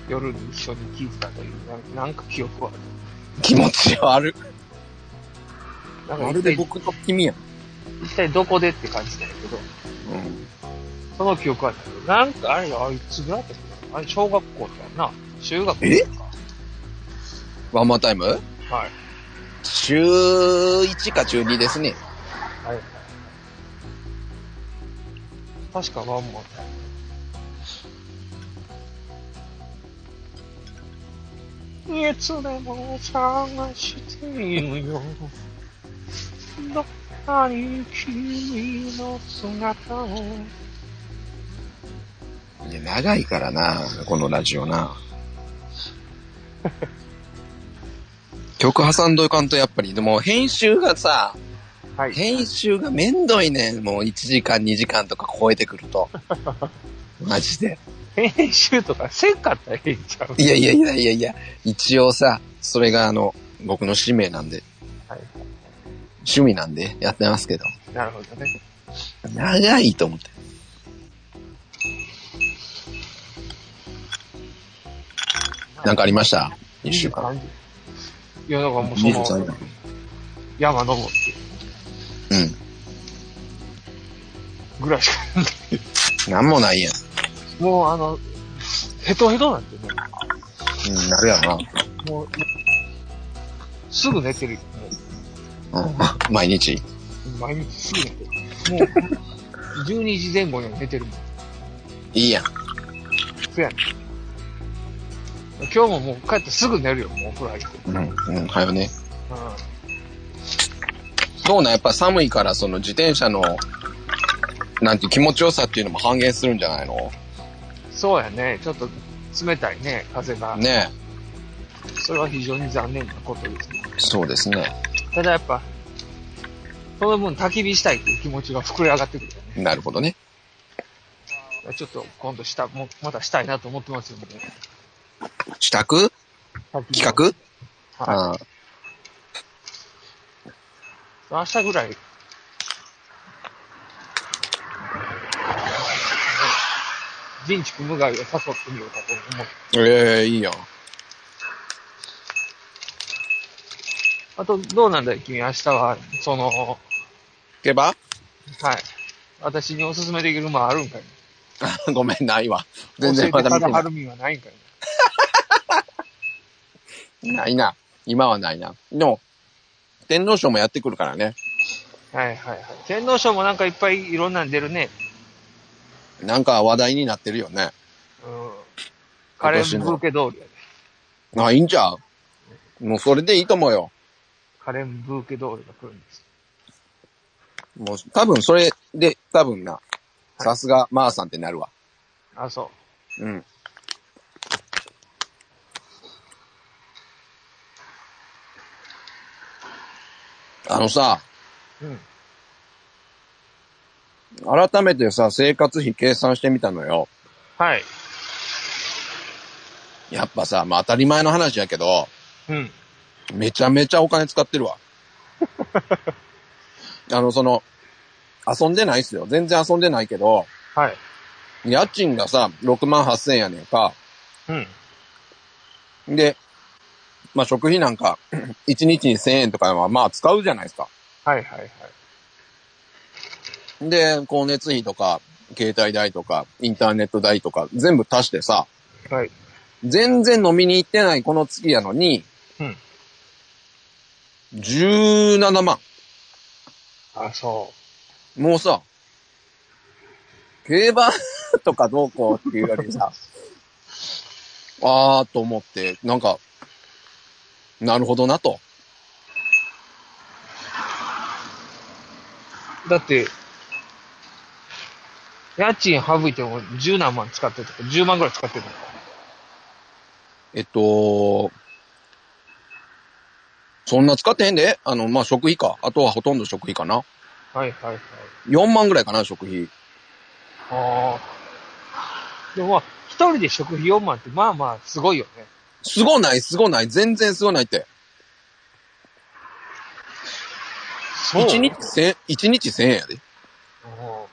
夜に一緒に聞いてたという、ななんか記憶はある。
気持ち悪。
なんか
ま
一
るで
体
僕と君やん。
一体どこでって感じだけど、
うん。
その記憶はある。なんかあれよ、あいつぐらいだったっけなあれ、小学校だよな。中学校
え
か。
ワンマータイム
はい。
中1か中2ですね。
はい。確かワンモアタイム。いつでも探しているよ。どっかに君の姿を。
いや、長いからな、このラジオ な。曲挟んどいかんと、やっぱり、でも編集がさ、
はい。
編集がめんどいねん。もう1時間、2時間とか超えてくる と。マジで。
編集とかせんかったらええんちゃう
いやいやいやいやいや、一応さ、それがあの、僕の使命なんで、
はい。
趣味なんでやってますけど。
なるほどね。
長いと思って。なんかありました一週間。。
いや、だからもうそ
23
の
間。、
山登って
うん。
ぐらいしか
なんもないやん。
もうあの、ヘトヘトなんてね、
うん、なるやろ
もう、すぐ寝てるよ。
な。うん。毎日。
もう、毎日すぐ寝てる。もう、12時 前後には寝てるもん。
いいやん。
そやねん今日ももう帰ってすぐ寝るよ、もうお風呂入って。
うん、うん、はよね。
う
どうなんやっぱ寒いから、その自転車の、なんていう気持ちよさっていうのも半減するんじゃないの
ん。そうやね、ちょっと冷たいね、風が。
ね
それは非常に残念なことですね。
え。そうですね。
ただやっぱ、その分焚き火したいっていう気持ちが膨れ上がってくるよね。
なるほどね。
ちょっと今度した、もうまたしたいなと思ってますよね。
自宅
焚き火
企画
はい。
あー
明日ぐらい。人畜無害を誘ってみようかと思う。
ええいいやん。
あと、どうなんだい君、明日は、その、はい。
けば
私におすすめできる馬あるんかい
ごめん、ないわ。全然
教
ま
えてた
だ見
だ
てな
はるみはないんかい
い。ないな。今はないな。でも、天皇賞もやってくるからね。
はいはいはい。天皇賞もなんかいっぱいいろんなん出るね。
なんか話題になってるよね。
うん。カレンブーケ通りやで。
あ、いいんちゃうもうそれでいいと思うよ。
カレンブーケ通りが来るんです。
もう、多分それで、多分な、さすが、まーさんってなるわ。
あ、そう。
うん。あのさ、
うん。
改めてさ、生活費計算してみたのよ。
はい。
やっぱさ、まあ当たり前の話やけど、
うん。
めちゃめちゃお金使ってるわ。 あの、その、遊んでないっすよ。全然遊んでないけど、
はい。
家賃がさ、6万8千円やねんか。
うん。
で、まあ、食費なんか、1日に1000円とかは、まあ、使うじゃないですか。
はいはいはい。
で、光熱費とか、携帯代とか、インターネット代とか、全部足してさ、
はい。
全然飲みに行ってないこの月やのに、
うん。
17万。
あ、そう。
もうさ、競馬とかどうこうっていうよ りさ、あーと思って、なんか、なるほどなと。
だって、家賃省いても十何万使ってるとか、10万ぐらい使ってるのか。
えっと、そんな使ってへんで。あの、まあ、食費か。あとはほとんど食費かな。
はいはいはい。
4万ぐらいかな、食費。
ああ。でもまあ、一人で食費4万って、まあまあ、すごいよね。
すごない、すごない、全然すごないって。
そ
1日1000、一日1000円やで。
お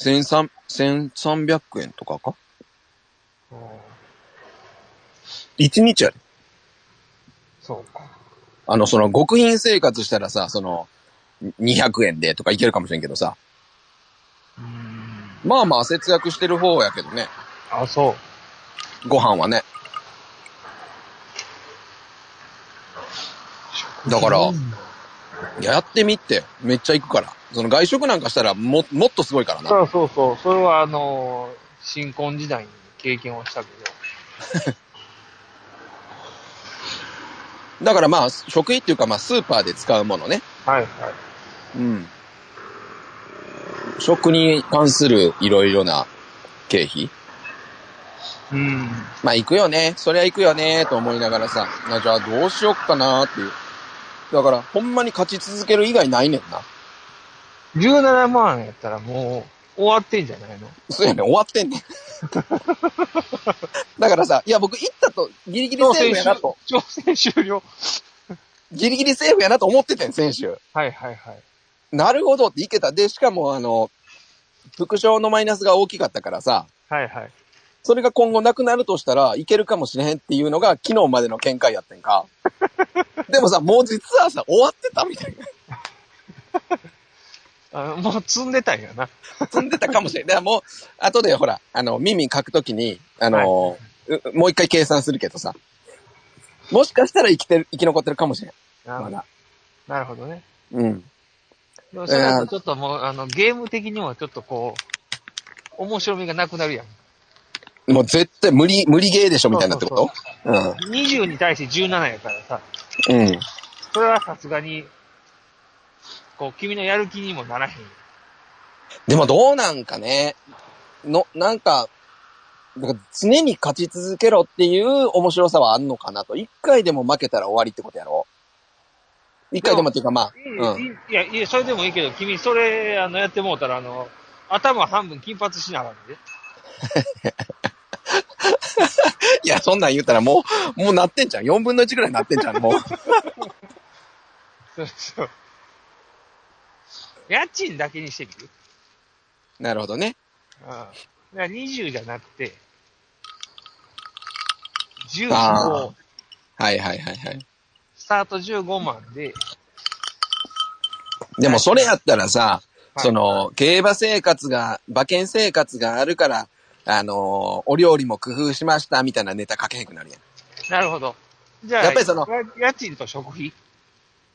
1300 1300円とかか
ーおー
?1 日やで。
そうか。
あの、その、極貧生活したらさ、その、200円でとかいけるかもしれんけどさ。
うーん。
まあまあ節約してる方やけどね。
あ、そう。
ご飯はね。だからいややってみって。めっちゃ行くから。その外食なんかしたらも、もっとすごいからな。
そうそうそう。それはあのー新婚時代に経験をしたけ
だからまあ、食費っていうかまあ、スーパーで使うものね。
ど。はいはい。
うん。食に関するいろいろな経費。
うん。
まあ行くよね。そりゃ行くよね。と思いながらさ。あじゃあどうしよっかなっていう。だから、ほんまに勝ち続ける以外ないねんな。
17万円やったらもう終わってんじゃないの
そうやねん、終わってんねん。だからさ、いや僕行ったと、ギリギリセーフやなと。
挑戦終了。
ギリギリセーフやなと思っててん、選手。
はいはいはい。
なるほどっていけた。で、しかもあの、副賞のマイナスが大きかったからさ、
はいはい。
それが今後なくなるとしたらいけるかもしれへんっていうのが昨日までの見解やって んか。でもさ、もう実はさ、終わってたみたいな。
あもう積んでたんやな。
積んでたかもしれん。だからもう、後でほら、あの、耳書くときに、あの、うもう一回計算するけどさ、もしかしたら生きてる、生き残ってるかもしれん。
な
ま
るほど
だ。
なるほどね。
うん。
でもそれだとちょっともう、あの、ゲーム的にはちょっとこう、面白みがなくなるやん。
もう絶対無理、無理ゲーでしょみたいなってことう
20に対して17やからさ、
ん。うん。
それはさすがに、こう、君のやる気にもならへん。
でもどうなんかね。の、なんか、だから常に勝ち続けろっていう面白さはあんのかなと。一回でも負けたら終わりってことやろ一回でもっていうかまあ、う
い
ん。
いいや、いや、それでもいいけど、君、それ、あの、やってもうたら、あの、頭半分金髪しながらで。
いや、そんなん言ったらもう、もうなってんじゃん。四分の一ぐらいなってんじゃん、もう。
そうそう。家賃だけにしてみる
なるほどね。
うん。だから20じゃなくて、
あ
15
ー、はいはいはいはい。
スタート15万で、
でもそれやったらさ、
はい
その、競馬生活が、馬券生活があるから、あのーお料理も工夫しましたみたいなネタ書けへんくなるやん。
なるほど。じゃあ、
やっぱりその
や家賃と食費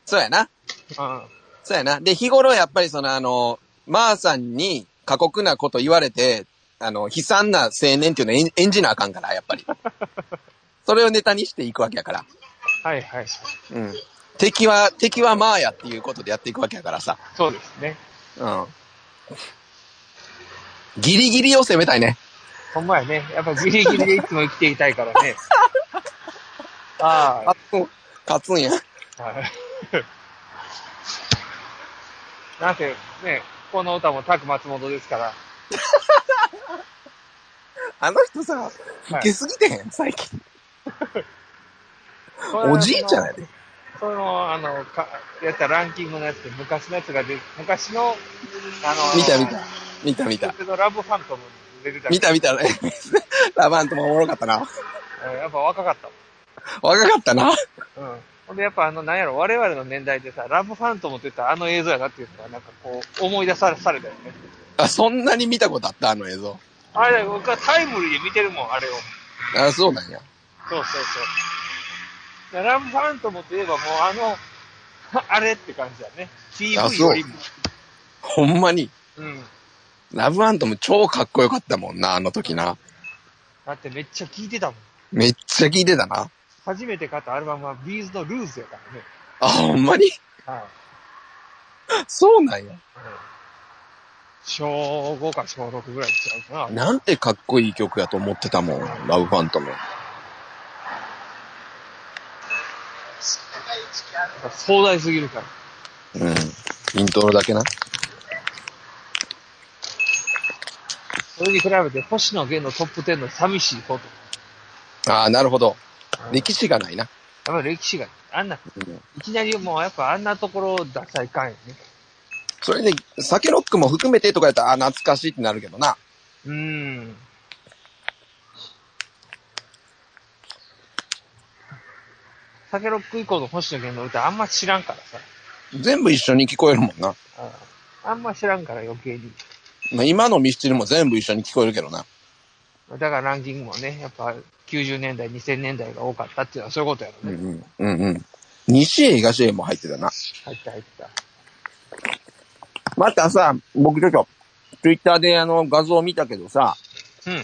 そうやな。
うん。
そうやな。で、日頃やっぱりそのあの、まーさんに過酷なこと言われて、あの、悲惨な青年っていうのを演演じなあかんから、やっ ぱり。それをネタにしていくわけやから。
はいはい。
うん。敵は、敵はまーやっていうことでやっていくわけやからさ。
そうですね。
うん。ギリギリを攻めたいね。
ほんまやね。やっぱギリギリでいつも生きていたいから ね。あ
勝つん、勝つんや。
あ。はい。 なんせ、ね、この歌もタク松本ですから。
あの人さ、老けすぎてへん、最近。
これ
おじいちゃんやで。
その、あの、かやったランキングのやつで昔のやつが出、昔の、あの、
見た見た。見た見た。
た。ラブファントムに出てた
見た見 た。ラバンともおもろかったな。
うんやっぱ若かったもん。
若かったな。
うん。ほんで、やっぱあの、なんやろ、我々の年代でさ、ラブファントムって言ったらあの映像やなっていうのは、なんかこう、思い出されされたよね。
あ、そんなに見たことあったあの映像。
あれだよ、僕はタイムリーで見てるもん、あれを。
あ、そうなんや。
そうそうそう。でラブファントムといえばもうあの、 あれって感じだね。
あ
TV
そう
よりも。
ほんまに。
うん。
ラブアントム超かっこよかったもんな、あの時な。
だってめっちゃ聴いてたもん。
めっちゃ聞いてたな。
初めて買ったアルバムはビーズのルーズやからね。
あ、ほんまに
はい。
そうなんや。
うん小5か小6ぐらいちゃうかな。
なんてかっこいい曲やと思ってたもん、ラブファントム。
壮大すぎるから。
うん。イントロだけな。
それに比べて星野源のトップ10の寂しいこと。
ああ、なるほど。歴史がないな。
やっぱり歴史が、あんな、
うん
いきなりもうやっぱあんなところを出さいかんよね。
それね、酒ロックも含めてとかやったら、あー、懐かしいってなるけどな。
うーん。酒ロック以降の星野源の歌あんま知らんからさ。
全部一緒に聞こえるもんな。
あんま知らんから余計に。
まあ今のミスチルも全部一緒に聞こえるけどな。
だからランキングもね、やっぱ90年代、2000年代が多かったっていうのはそういうことやろ
うん
ね。
うん。うんうん。西へ東へも入ってたな。
入った入った。
またさ、僕ちょっと、ツイッターであの画像を見たけどさ、
うん。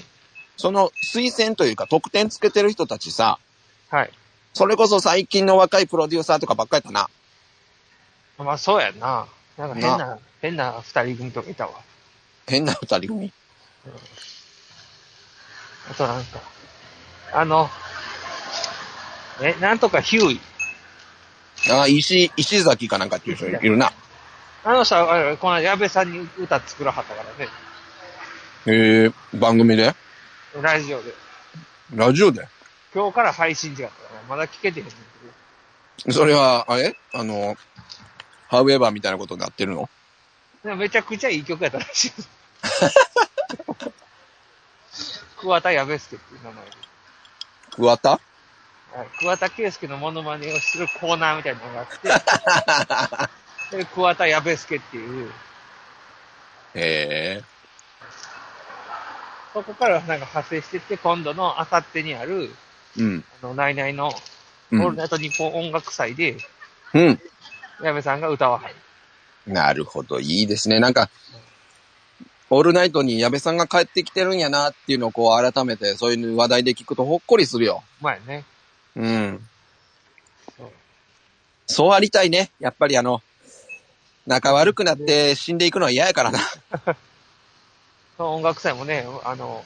その推薦というか得点つけてる人たちさ、
はい。
それこそ最近の若いプロデューサーとかばっかりだな。
まあそうやな。なんか変な、変な二人組とかいたわ。
変な二人組。
あとなんか、あの、え、なんとかヒューイ。
ああ、石、石崎かなんかっていう人いるな。
あの人は、あれこの矢部さんに歌作らはったからね。
へえ、番組で
ラジオで。
ラジオで
今日から配信時やったから、まだ聞けてへんねんけど。
それは、あれあの、ハウエバーみたいなことになってるの
でもめちゃくちゃいい曲やったら しい。桑田矢部介っていう名前で。
桑田
はい桑田圭介のモノマネをするコーナーみたいなのがあって、で桑田矢部介っていう、
へえ。
そこからなんか派生してって、今度のあさってにある、
うん。
あの、ナイナイの、
う
オール
ん。
ナイトニッポン音楽祭で、
うん。
矢部さんが歌わはる。
なるほど。いいですね。なんか、オールナイトに矢部さんが帰ってきてるんやなっていうのをこう改めてそういう話題で聞くとほっこりするよ。
まあやね。
うん
そう。
そうありたいね。やっぱりあの、仲悪くなって死んでいくのは嫌やからな。
その音楽祭もね、あの、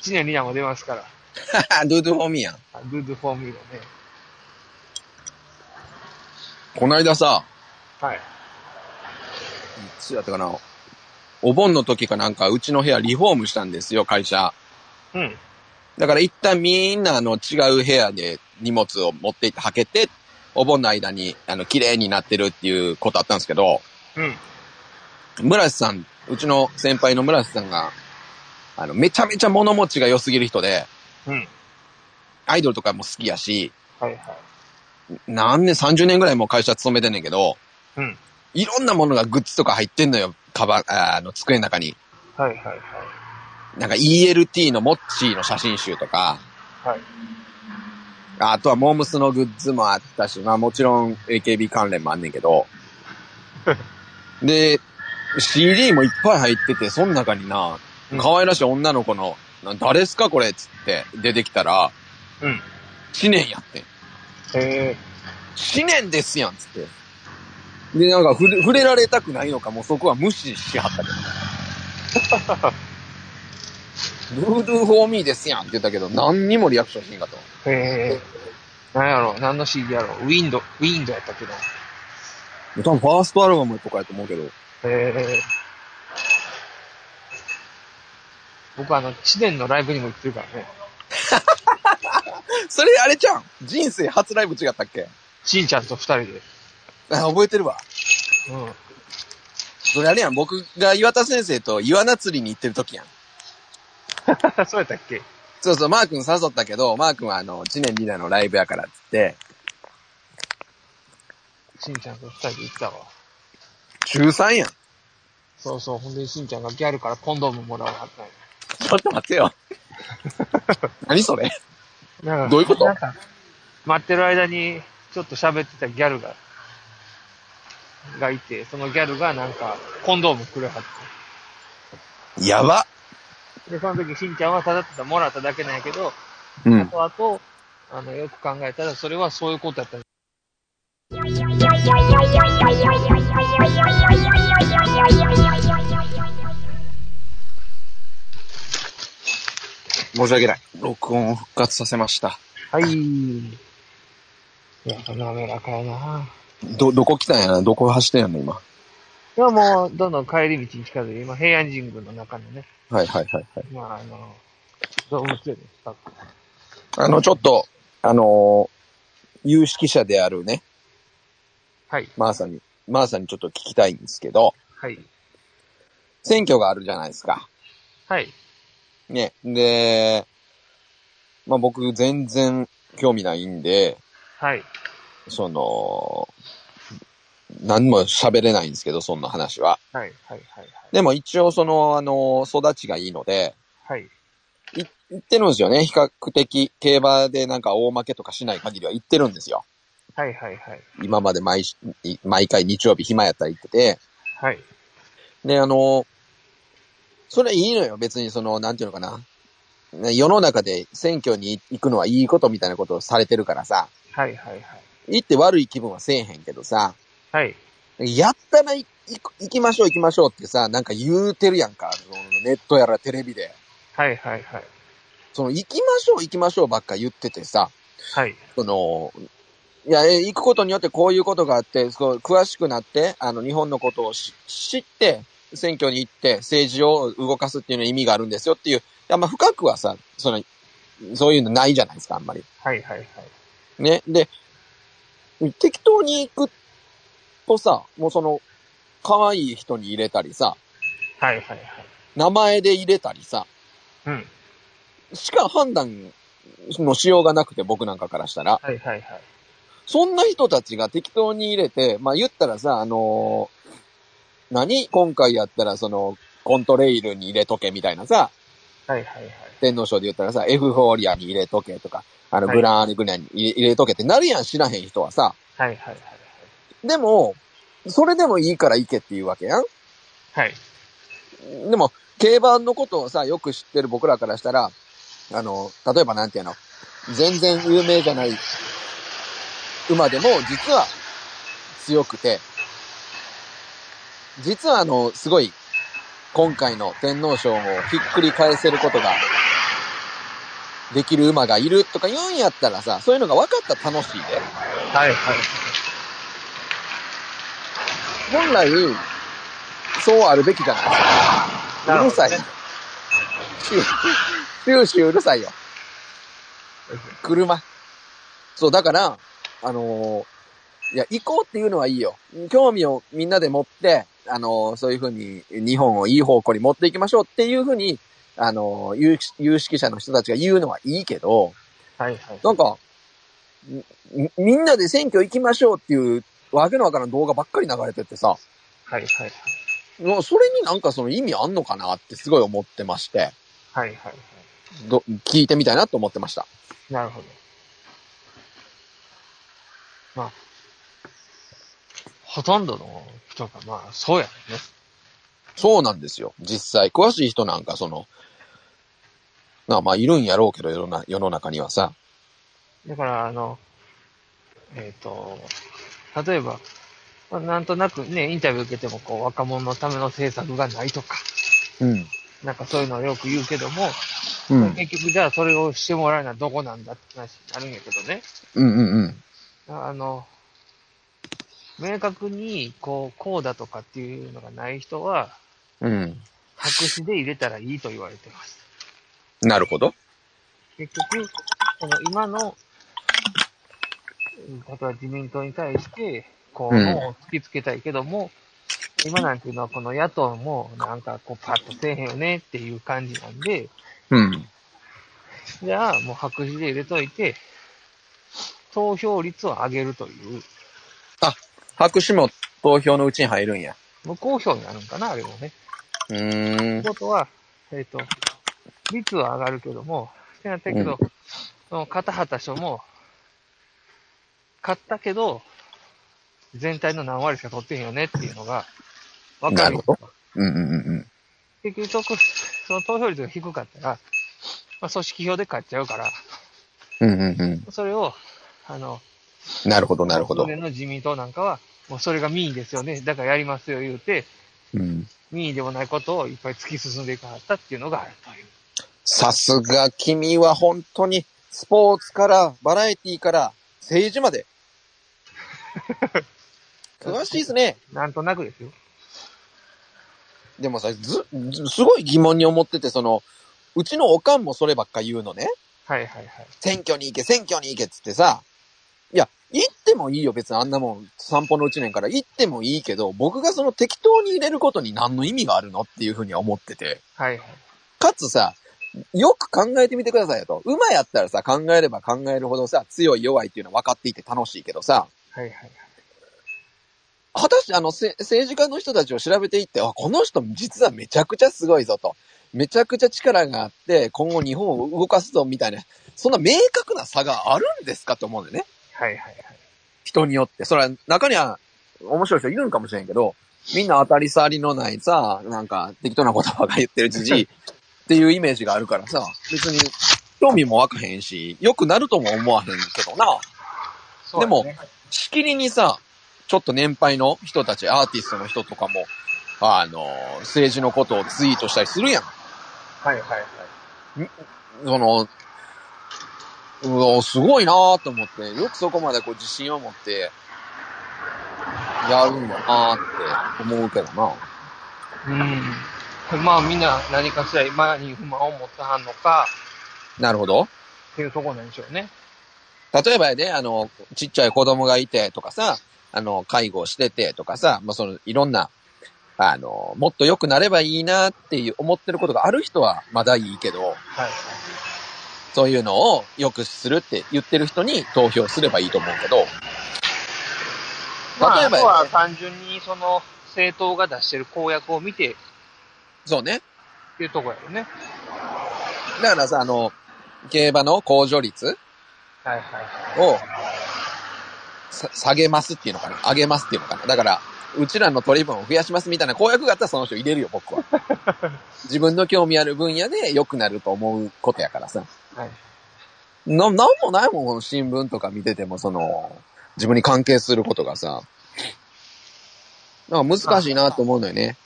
1年2年も出ますから、
ドゥドゥホミやん。
グッドフォーミーのね。
こないださ、
はい。
いつやったかな。お盆の時かなんか、うちの部屋リフォームしたんですよ、会社。
うん。
だから一旦みんなあの違う部屋で荷物を持っていって、はけて、お盆の間に、あの、綺麗になってるっていうことあったんですけど、
うん。
村瀬さん、うちの先輩の村瀬さんが、あの、めちゃめちゃ物持ちが良すぎる人で、
うん。
アイドルとかも好きやし、
はいはい。
何年、30年ぐらいもう会社勤めてんねんけど、
うん。
いろんなものがグッズとか入ってんのよ、カバン、ああの、机の中に。
はいはいはい。
なんか ELT のモッチーの写真集とか、
はい。
あとはモームスのグッズもあったし、まあもちろん AKB 関連もあんねんけど。で、CD もいっぱい入ってて、その中にな
うん、
可愛らしい女の子の、な誰っすかこれっつって出てきたら、
うん。
知念やってん。
へえ。
知念ですやんっつって。で、なんか触れ触れられたくないのか、もうそこは無視しはったけ ど。ルールフォーミーですやんって言ったけど、何にもリアクションしんかと。
へえ。なんやろ何の CD やろウィンド、ウィンドやったけど。
多分ファーストアルバムとかやと思うけど。
へえ。僕あの、知念のライブにも行ってるからね。
それあれじゃん人生初ライブ違ったっけ
しんちゃんと二人で。
あ覚えてるわ。
うん。
それあれやん、僕が岩田先生と岩名釣りに行ってる時やん。
そうやったっけ
そうそう、マー君誘ったけど、マー君はあの、知念リーダーのライブやからっつって、
しんちゃんと二人で行ったわ。
中3やん。
そうそう、ほんでしんちゃんがギャルからコンドームもらわはったんや
ちょっと待って よ。何それ
なんか
どういうこと
なんか待ってる間に、ちょっと喋ってたギャルが、がいて、そのギャルがなんか、コンドームくれはっ
やば。
て。で、その時、しんちゃんはただただもらっただけなんやけど、
う
あ。とあと、あの、よく考えたら、それはそういうことやった。
申し訳ない。録音を復活させました。
はい。いや、滑らかやな
ど、どこ来たんやなどこ走ってんやの今。
でももう、どんどん帰り道に近づいて、今、平安神宮の中のね、
はいはいはいはい。
まあ、あの、動物園です。多分
あの、ちょっと、あのー有識者であるね、
はい、
マーサに、マーサにちょっと聞きたいんですけど、
はい、
選挙があるじゃないですか。
はい。
ね。で、まあ僕全然興味ないんで、
はい。
その、何も喋れないんですけど、そんな話は。
はい。はい。はい。
でも一応その、あの、育ちがいいので、
はい。
い言ってるんですよね。比較的、競馬でなんか大負けとかしない限りは言ってるんですよ。
はい。はい。はい。
今まで毎し、毎回日曜日暇やったら行ってて。
はい。
で、あの、それいいのよ。別にその、なんていうのかな。ね世の中で選挙に行くのはいいことみたいなことをされてるからさ、
はい。はい。はい。
行って悪い気分はせえへんけどさ、
はい。
やったらい行く行きましょう行きましょうってさ、なんか言うてるやんか。そのネットやらテレビで。
はい。はい。はい。
その行きましょう行きましょうばっか言っててさ、
はい。
その、いや、え行くことによってこういうことがあって、そう詳しくなって、あの、日本のことをし知って、選挙に行って、政治を動かすっていうのは意味があるんですよっていう、いや、まあ、深くはさ、その、そういうのないじゃないですか、あんまり。
はい。はい。
ね。で、適当に行くとさ、もうその、可愛い人に入れたりさ、
はい。はい。
名前で入れたりさ、
うん。
しか判断のしようがなくて、僕なんかからしたら。
はい。はい。はい。
そんな人たちが適当に入れて、まあ言ったらさ、あのー何今回やったらその、コントレイルに入れとけみたいなさ、
はい。はい。はい。
天皇賞で言ったらさ、エフフォーリアに入れとけとか、あの、
はい
グランアリグニャに入れ入れとけってなるやん、知らへん人はさ。
はい。はい。
でも、それでもいいから行けっていうわけやん。
はい。
でも、競馬のことをさ、よく知ってる僕らからしたら、あの、例えばなんていうの、全然有名じゃない馬でも、実は強くて、実はあの、すごい、今回の天皇賞をひっくり返せることが、できる馬がいるとか言うんやったらさ、そういうのが分かったら楽しいで。
はい。はい。
本来、そうあるべきじゃないですか。うるさい。 九州うるさいよ。車。そう、だから、あのーいや、行こうっていうのはいいよ。興味をみんなで持って、あのーそういうふうに日本をいい方向に持っていきましょうっていうふうに、あのー有識有識者の人たちが言うのはいいけど、
はい。はい。
なんか、みみんなで選挙行きましょうっていうわけのわからん動画ばっかり流れてってさ、
はい。はい。
もうそれになんかその意味あんのかなってすごい思ってまして、
はい。はい。
ど聞いてみたいなと思ってました。
なるほど。まあ、ほとんどの人が、まあ、そうやね。
そうなんですよ。実際、詳しい人なんかその、なまあいるんやろうけど、世のな世の中にはさ。
だから、あの、えっ、と、例えば、まあ、なんとなくね、インタビュー受けても、こう、若者のための政策がないとか、
うん。
なんかそういうのをよく言うけども、
うん。
結局じゃあそれをしてもらうのはどこなんだって話になるんやけどね。
うんうんうん。
あの、明確に、こう、こうだとかっていうのがない人は、
うん。
白紙で入れたらいいと言われてます。
なるほど。
結局、この今の、うん例えば自民党に対して、こう、
うん
論を突きつけたいけども、今なんていうのはこの野党もなんかこうパッとせえへんよねっていう感じなんで、
うん。
じゃあもう白紙で入れといて、投票率を上げるという、
白紙も投票のうちに入るんや。
無公表になるんかな、あれもね。
うー
っ
ん
て。ことは、えっ、と、率は上がるけども、ってなったけど、その片畑賞も、買ったけど、全体の何割しか取ってへんよねっていうのが、わかる。
なるほうんうんうん
結局、その投票率が低かったら、まあ、組織票で買っちゃうから、
うん。うんうんう
それを、あの、
ん。なるほど、なるほど
去。年の自民党なんかは、もうそれが民意ですよね。だからやりますよ、言うて、
うん。
民意でもないことをいっぱい突き進んでいかはったっていうのがあるという。
さすが君は本当にスポーツからバラエティから政治ま で。詳しいですね。
なんとなくですよ。
でもさ、ず、ずすごい疑問に思ってて、その、うちのおかんもそればっか言うのね。
はいはいはい。
選挙に行け、選挙に行けっつってさ、いや、行ってもいいよ、別にあんなもん、散歩のうちねんから行ってもいいけど、僕がその適当に入れることに何の意味があるのっていうふうには思ってて。
はいはい。
かつさ、よく考えてみてくださいよと。馬やったらさ、考えれば考えるほどさ、強い弱いっていうのは分かっていて楽しいけどさ、
はいはい。
果たしてあのせ政治家の人たちを調べていって、あこの人実はめちゃくちゃすごいぞと。めちゃくちゃ力があって、今後日本を動かすぞみたいな、そんな明確な差があるんですかと思うんだよね。
はいはいはい。
人によって。それは中には面白い人いるんかもしれんけど、みんな当たり障りのないさ、なんか適当なことばっかり言ってるじじいっていうイメージがあるからさ、別に興味も湧かへんし、良くなるとも思わへんけどな。
そう
でも
だね、
しきりにさ、ちょっと年配の人たち、アーティストの人とかも、あの、政治のことをツイートしたりするやん。
はいはいはい。
その、うわ、すごいなぁと思って、よくそこまでこう自信を持って、やるんだなぁって思うけどな。
うん。まあみんな何かしら今に不満を持ってはんのか
なるほど。
っていうところなんでしょうね。
例えばやで、あの、ちっちゃい子供がいてとかさ、あの、介護しててとかさ、まあ、その、いろんな、あの、もっと良くなればいいなっていう思ってることがある人はまだいいけど、
はい。
そういうのを良くするって言ってる人に投票すればいいと思うけど、
まあ、
例
あ
え
と
ばやね
は単純にその政党が出してる公約を見てっ
そうね。
ていうところやろね。
だからさ、あの、競馬の控除率
はいはいはい。
をさ下げますっていうのかな上げますっていうのかなだから、うちらの取り分を増やしますみたいな公約があったらその人入れるよ、僕は。自分の興味ある分野で良くなると思うことやからさ。
はい。
な、なんもないもん、この新聞とか見てても、その、自分に関係することがさ。なんか難しいなと思うのよね。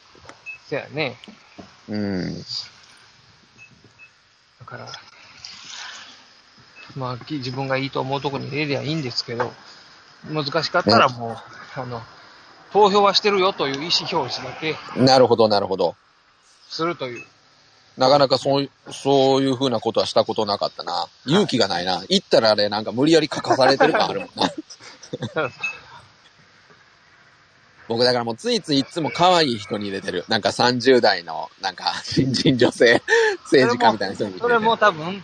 そやね。
うん。
だから、まあ、き自分がいいと思うとこに入れりゃいいんですけど、難しかったらもう、あの、投票はしてるよという意思表示だけ
なるほど、なるほど。
するという。
なかなかそうい、そういう風なことはしたことなかったな。勇気がないな。行ったらあれ、なんか無理やり書かされてる感あるもんな。僕だからもうついついいつも可愛い人に入れてる。なんか30代の、なんか新人女性、政治家みたいな人に入れて
そ
る。
れも多分、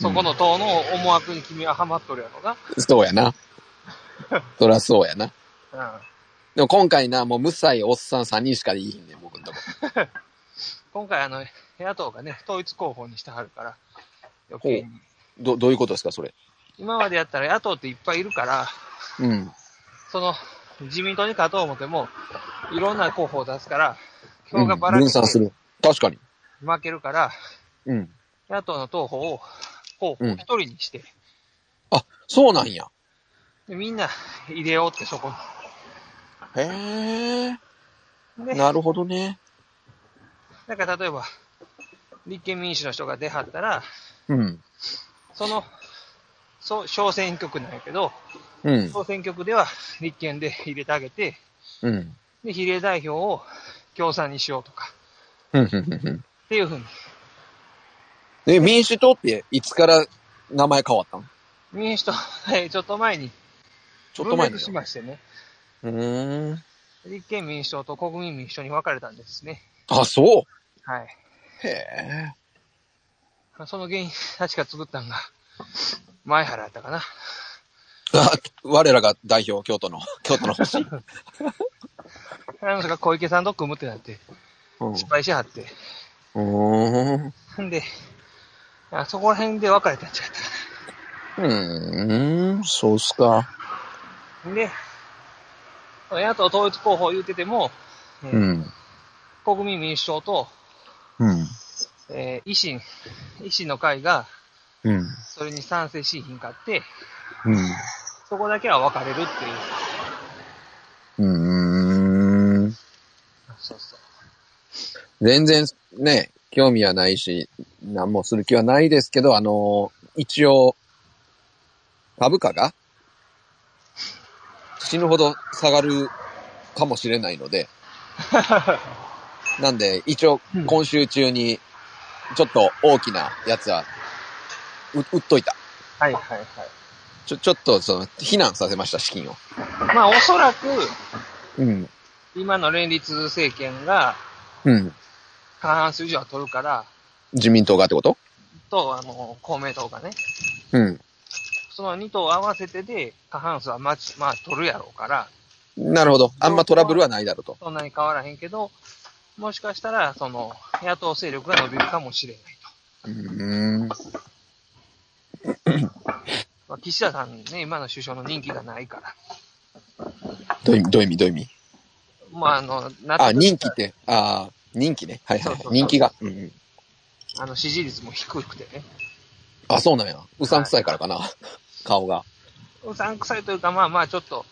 そこの党の思惑に君はハマっとるやろ
そうやな。そりゃそうやな。
な。うん。
でも今回な、もう無才おっさん3人しかいいひんねん、僕んとこ。
今回あの、野党がね、統一候補にしてはるから、余計に。
ど、どういうことですか、それ。
今までやったら野党っていっぱいいるから、
うん。
その、自民党に勝とう思っても、いろんな候補を出すから、
う
票
ん
がばらけ
分散す
て
る。確かに。
負けるから、
うん。
野党の党法を、候補
うん
一人にして、
あ、そうなんや。
でみんな入れようってそこ
へえ。
に。で、
なるほどね。
だから例えば、立憲民主の人が出はったら、
うん。
その、そう、小選挙区なんやけど、
うん。
小選挙区では立憲で入れてあげて、
うん。
で、比例代表を共産にしようとか、
うんうんうんうん
っていうふうに。
え、民主党っていつから名前変わったの
民主党、はいちょっと前に、
ちょっと前
分
の
裂
よ
しましてね、
うーん。
立憲民主党と国民民主党に分かれたんですね。
あ、そう。
はい。
へえ。
その原因、確か作ったんが、前原やったかな。
あ、我らが代表、京都の、 京都 の星。
あの人が小池さんと組むってなって、
うん
失敗しはって。
うーん。
んで、あそこら辺で別れたんちゃっ
うーん、そうっすか。
た。んで、野党統一候補言うてても、えー
うん。
国民民主党と、
うん。
えー維新、維新の会が、
うん。
それに賛成しひんかって、
うん。
そこだけは分かれる っていう。
うーん。
そうそう。
全然ね、興味はないし、何もする気はないですけど、あのー一応、株価が死ぬほど下がるかもしれないので、なんで、一応
うん、
今週中に、ちょっと大きなやつは、う売っといた。
はいはいはい。
ちょ、ちょっと、その、避難させました、資金を。
まあおそらく、
うん。
今の連立政権が
うん。
過半数以上は取るから、
自民党がってこと
と、あの、公明党がね、
うん。
その2党合わせてで過半数はまち、まあ取るやろうから、
なるほど。あんまトラブルはないだろうと。
そんなに変わらへんけど、もしかしたら、その、野党勢力が伸びるかもしれないと。
うーん。
まあ、岸田さんね、今の首相の任期がないから。
どういう意味、どういう意味、どういう意味。
まあ、あの、
あ、
納得し
人気
た
って、ああ、人気ね。はいはい
そうそうそ。う
人気が。うんうん。
あの、支持率も低くてね。
あ、そうなんや。うさんくさいからかな。 顔が。
うさんくさいというか、まあまあ、ちょっと、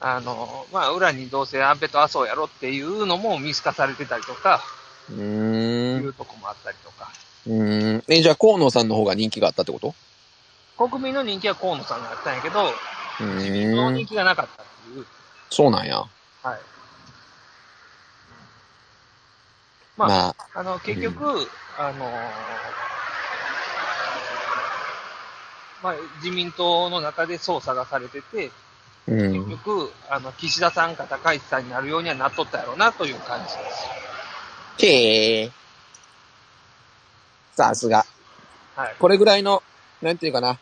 あの、まあ、裏にどうせ安倍と麻生やろっていうのも見透かされてたりとか、
う
い
ーん。
うとこもあったりとか。
うーん。え、じゃあ、河野さんの方が人気があったってこと
国民の人気は河野さんがあったんやけど、
う
その人
ーん。
気がなかったっていう。
そうなんや。
はい。まあ、
まあ、
あの、結局、あのーまあ、自民党の中で捜査がされてて、
う
結
ん。
局、あの、岸田さんか高市さんになるようにはなっとったやろうなという感じです。
へえ。さすが。
はい。
これぐらいの、なんていうかな。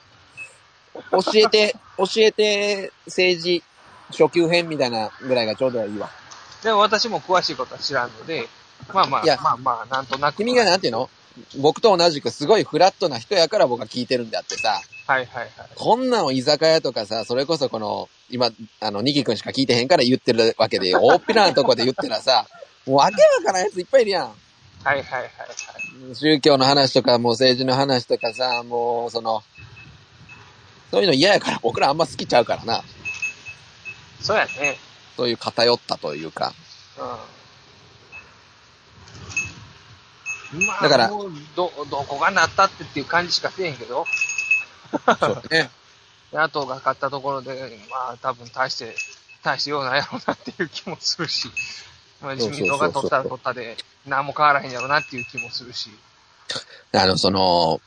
教えて、教えて、政治、初級編みたいなぐらいがちょうどいいわ。
でも私も詳しいことは知らんので、まあまあ
いや、
まあまあ、なんとなく。
君がなんていうの僕と同じくすごいフラットな人やから僕は聞いてるんであってさ、
はいはいはい。
こんなんを居酒屋とかさ、それこそこの、今、あの、ニキ君しか聞いてへんから言ってるわけで、大っぴらなとこで言ってらさ、もうわけわからんやついっぱいいるやん。
はいはいはいはい。
宗教の話とか、もう政治の話とかさ、もうその、そういうの嫌やから、僕らあんま好きちゃうからな。
そうやね。
そういう偏ったというか。
うん。まあ、
だから
もうど、どこがなったってっていう感じしかせえへんけど、
そうね。
野党が勝ったところで、まあ、多分大して、大してようなんやろうなっていう気もするし、まあ、
そ
自
うそうそうそう
民党が取ったら取ったで、何も変わらへんやろうなっていう気もするし、
あの、その、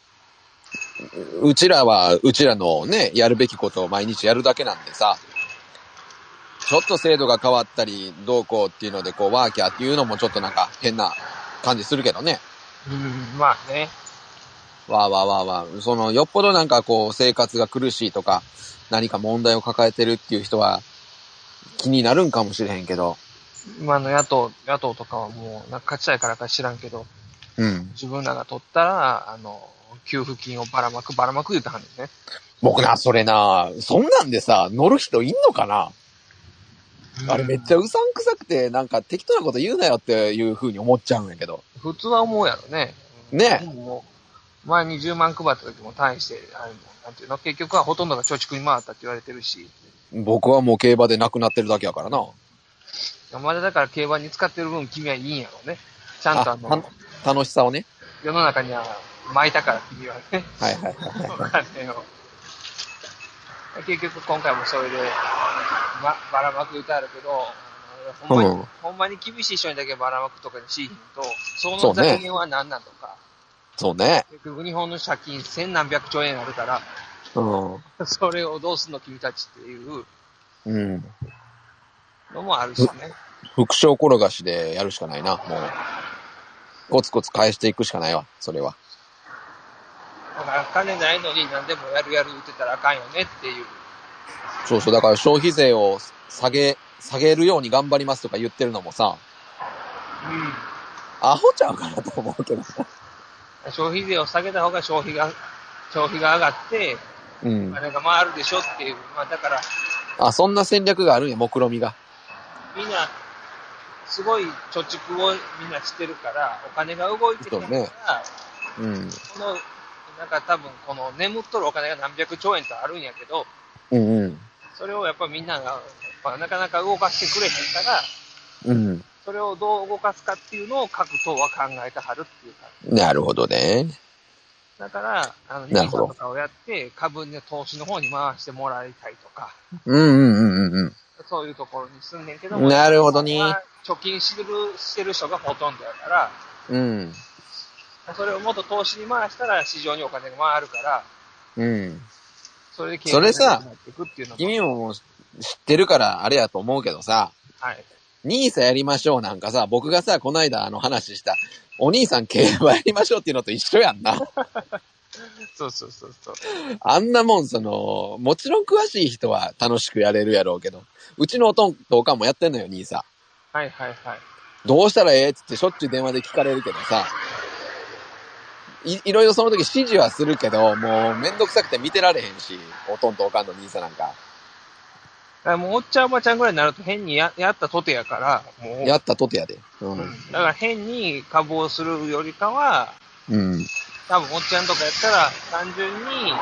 ううちらは、うちらのね、やるべきことを毎日やるだけなんでさ、ちょっと制度が変わったり、どうこうっていうので、こう、ワーキャーっていうのもちょっとなんか変な感じするけどね。
うん、まあね、
わーわーわーわー。その、よっぽどなんかこう、生活が苦しいとか、何か問題を抱えてるっていう人は、気になるんかもしれへんけど。
今の野党、野党とかはもう、なんか勝ちたいからか知らんけど、
うん。
自分らが取ったら、あの、給付金をばらまく、ばらまく言うてはんねんね。
僕な、それな、そんなんでさ、乗る人いんのかなあれめっちゃうさんくさくて、なんか適当なこと言うなよっていう風に思っちゃうんやけど。
普通は思うやろね。
ねえ
僕も前に10万配った時も大して、あれもなんていうの、結局はほとんどが貯蓄に回ったって言われてるし、
僕はもう競馬で亡くなってるだけやからな。
まだだから競馬に使ってる分君はいいんやろうね。ちゃんとあの、
あた楽しさをね。
世の中には巻いたから君はね、
はいはいはい。
お金を。結局今回もそれで、ばばらまく歌あるけど、あのほんまに、
うん
ほんまに厳しい人にだけばらまくとかにしいひんと、そ
そ
の
うね
財源は何なのか、
そうね。
結局日本の借金千何百兆円あるから、
うん。
それをどうすんの君たちっていう
うん。
のもあるしね。
副賞転がしでやるしかないな、もう。コツコツ返していくしかないわ、それは。
だから金ないのに何でもやるやる言ってたらあかんよねっていう。
そうそう、だから消費税を下げ、下げるように頑張りますとか言ってるのもさ、アホちゃうかなと思うけどさ。
うん。消費税を下げた方が消費が、消費が上がって、
うん
お。金が回るでしょっていう。まあだから、
あ、そんな戦略があるんや、目論みが。
みんな、すごい貯蓄をみんなしてるから、お金が動いてるから、
そうねうん。
この、なんか多分この眠っとるお金が何百兆円とあるんやけど、
うんうん。
それをやっぱみんなが、やっぱなかなか動かしてくれへんから、
うん。
それをどう動かすかっていうのを各党は考えてはるっていう感じ。
なるほどね。
だから、あの、ニ
な
ー
るほ
サ
ど
とかをやって、株の投資の方に回してもらいたいとか、
うんうんうんうんうん。
そういうところに住んねんけども、
なるほどね。
まあ貯金してるしてる人がほとんどやから、
うん。
それをもっと投資に回したら市場にお金が回るから、
うん。
それで経
それさ
になっていくっていうのも
君ももう知ってるからあれやと思うけどさ、
はい。
兄さんやりましょうなんかさ、僕がさ、こないだあの話した、お兄さん競馬やりましょうっていうのと一緒やんな。
そうそうそうそう。
あんなもん、その、もちろん詳しい人は楽しくやれるやろうけど、うちのおとんとおかんもやってんのよ、兄さん。
はいはいはい。
どうしたらええっつってしょっちゅう電話で聞かれるけどさ、いいろいろその時指示はするけど、もうめんどくさくて見てられへんし、おとんとおかんの兄さんなんか、
だからもうおっちゃんおばちゃんぐらいになると変にややったとてやから、もう。
やったとてやで。うん。
だから変に株をするよりかは、
うん。
多分おっちゃんとかやったら単純に、あの、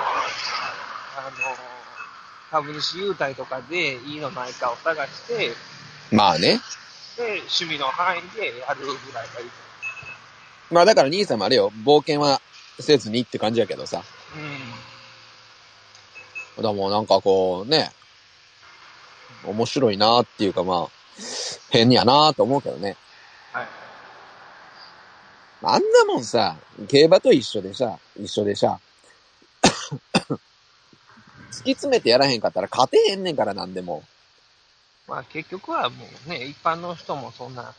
株主優待とかでいいのないかを探して、で、
まあね。
趣味の範囲でやるぐらいがいい。
まあだから兄さんもあれよ、冒険はせずにって感じやけどさ。
うん。
だからもうなんかこうね、面白いなっていうかまあ、変やなと思うけどね。
はい。
あんなもんさ、競馬と一緒でさ、一緒 でさ、突き詰めてやらへんかったら勝てへんねんからなんでも。
まあ結局はもうね、一般の人もそんな、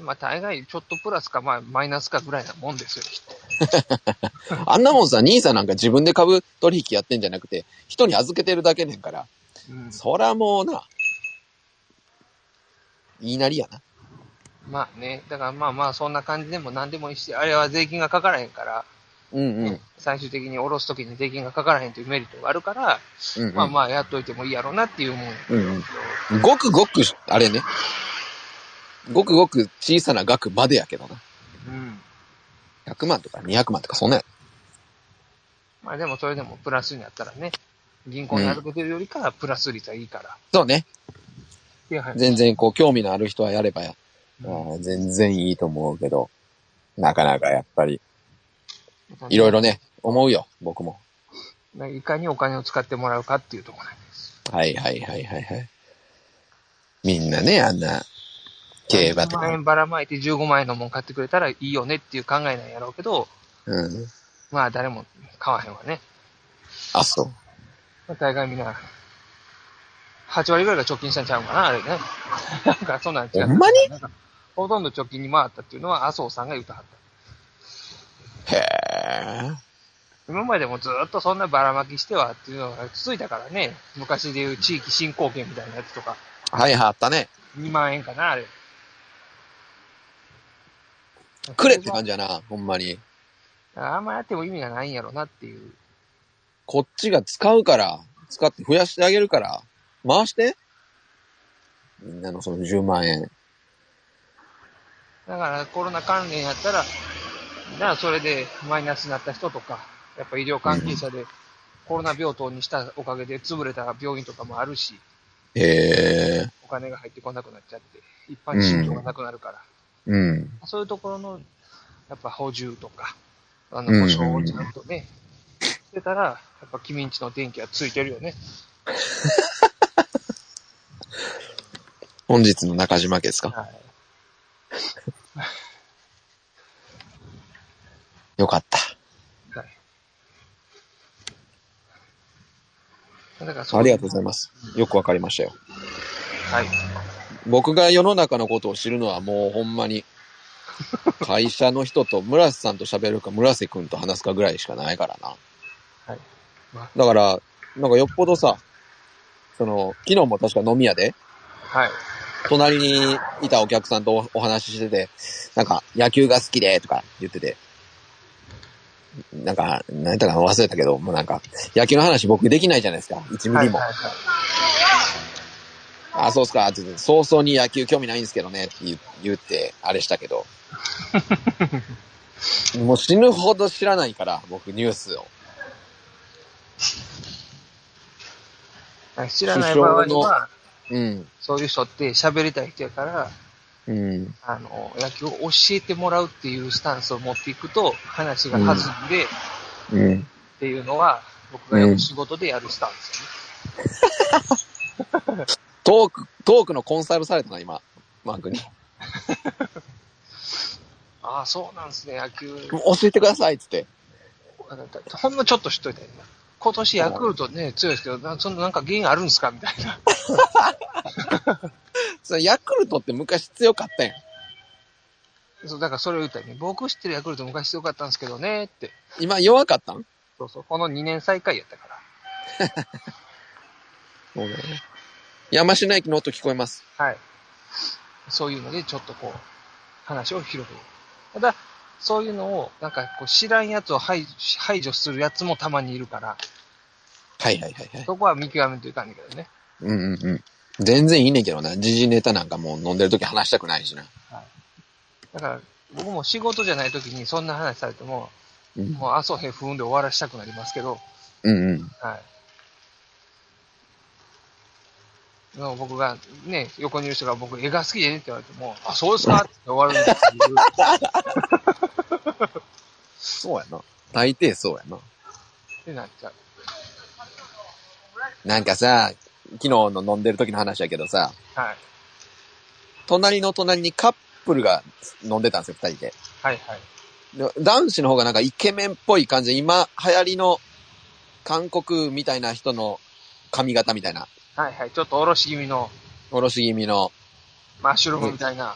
まあ大概ちょっとプラスかまあマイナスかぐらいなもんですよ、きっと。
あんなもんさ、兄さんなんか自分で株取引やってんじゃなくて、人に預けてるだけねんから、
うん
そらもうな、言いなりやな。
まあね、だからまあまあそんな感じでも何でもいいし、あれは税金がかからへんから、
うんうん。うん
最終的に下ろすときに税金がかからへんというメリットがあるから、
うん、
まあまあやっといてもいいやろうなっていうもん。
うんうん。ごくごく、あれね。ごくごく小さな額までやけどな。
うん。
100万とか200万とかそんなんや
まあでもそれでもプラスになったらね、銀行に預けてるよりかはプラス率はいいから。
そうね。
っていう話
全然こう興味のある人はやればや、
うん
うん全然いいと思うけど、なかなかやっぱり、いろいろね、思うよ、僕も。
いかにお金を使ってもらうかっていうところなんです。
はいはいはいはいはい。みんなね、あんな、競馬と
10万
か。
円ばらまいて15万円のもん買ってくれたらいいよねっていう考えなんやろうけど、
うん。
まあ誰も買わへんわね。
あ、そう。
まあ、大概みんな、8割ぐらいが貯金したんちゃうかな、あ れね。なんかそんなん違う。
ほんまに
なんかほとんど貯金に回ったっていうのは麻生さんが言ったはった。
へえ。
今までもずっとそんなばらまきしてはっていうのが続いたからね。昔でいう地域振興券みたいなやつとか、
はいはい、あったね。
2万円かな、あれ。
くれって感じやな、ほんまに。
あんまやっても意味がないんやろなっていう。
こっちが使うから、使って増やしてあげるから、回して。みんなのその10万円。
だからコロナ関連やったら、じゃあそれでマイナスになった人とか、やっぱ医療関係者でコロナ病棟にしたおかげで潰れた病院とかもあるし、
へえ。
お金が入ってこなくなっちゃって、一般信用がなくなるから、
うん。
そういうところの、やっぱ補充とか、あ
うん
の、保証をちゃんとね、してたら、やっぱ君んちの電気はついてるよね。
本日の中島家ですか
はい。
よかった。
だからそ
ありがとうござい
ま
ます。よくわかりましたよ。
す。はい。
僕が世の中のことを知るのはもうほん まに、会社の人と村瀬さんと喋るか村瀬くんと話すかぐらいしかないからな。
はいま
だから、なんかよっぽどさ、その、昨日も確か飲み屋で、
はい。
隣にいたお客さんとおお話ししてて、なんか野球が好きでとか言ってて、なんか、何やったかな忘れたけど、もうなんか、野球の話僕できないじゃないですか。1ミ
は
リ
い
も
は。いはい
あ、そうっすか、って言って、早々に野球興味ないんですけどねって言う言って、あれしたけ ど。もう死ぬほど知らないから、僕ニュースを。
はい。知らない場合
首相
は、
うん。
そういう人って喋りたい人やから、
うん。
あの、野球を教えてもらうっていうスタンスを持っていくと、話が弾んで、っ
うん。
ていうのは、僕がよく仕事でやるスタンス、ね
トーク、トークのコンサルされたな、今。マークに。
ああ、そうなんですね、野球。
教えてください、つって。
ほんのちょっと知っといて。今年ヤクルトね、強いですけど、なそのなんか原因あるんですかみたいな。
それヤクルトって昔強かったやん。
そう、だからそれを言ったらね、僕知ってるヤクルト昔強かったんですけどね、って。
今弱かったん
そうそう、この2年最下位やったから。
そうだよね。山科駅の音聞こえます。
はい。そういうので、ちょっとこう、話を広げる。ただ、そういうのを、なんかこう、知らんやつを排排除するやつもたまにいるから、
はいはいはいはい。
そこは見極めといかんだけどね。
うんうんうん。全然いいねんけどな。時事ネタなんかもう飲んでる時話したくないしな。
だから、僕も仕事じゃない時にそんな話されても、
うん
もう麻生平不運で終わらしたくなりますけど、
うんうん。
はい。でも僕が、ね、横にいる人が僕、絵が好きでねって言われても、あ、そうですかって終わるんですっていう。
そうやな。大抵そうやな。
ってなっちゃう。
なんかさ、昨日の飲んでる時の話やけどさ、
はい。
隣の隣にカップルが飲んでたんですよ、二人で。
はいはい。
で男子の方がなんかイケメンっぽい感じで、今流行りの韓国みたいな人の髪型みたいな、
はいはい。ちょっとおろし気味の
おろし気味の、
マッシュルームみたいな、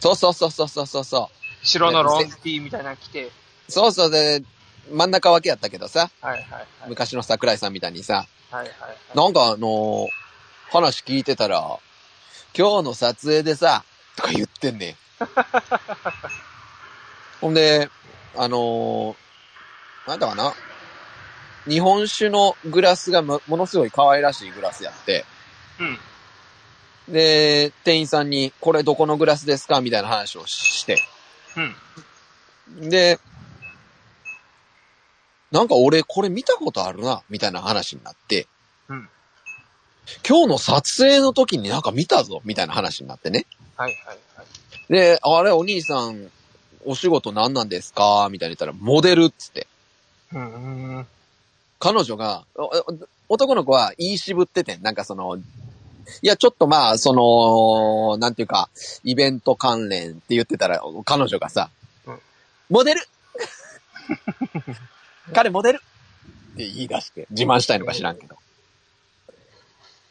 そうそうそうそうそうそうそう、
白のロンティーみたいなの着て、
そうそうで、真ん中分けやったけどさ、
はいはいはい。
昔の桜井さんみたいにさ、
はいはいはい。
なんかあのー話聞いてたら、今日の撮影でさ、とか言ってんねん。ほんで、あのーなんだかな日本酒のグラスがもものすごい可愛らしいグラスやって、
うん。
で、店員さんに、これどこのグラスですかみたいな話をして。
うん。
で、なんか俺これ見たことあるな、みたいな話になって。
うん
今日の撮影の時になんか見たぞ、みたいな話になってね。
はいはいはい。
で、あれお兄さん、お仕事何なんですかみたいに言ったら、モデルっつって。
うんうんうん。
彼女が、おお男の子は言い渋っててん、なんかその、いや、ちょっとまあ、その、なんていうか、イベント関連って言ってたら、彼女がさ
うん、
モデル彼モデルって言い出して、自慢したいのか知らんけど。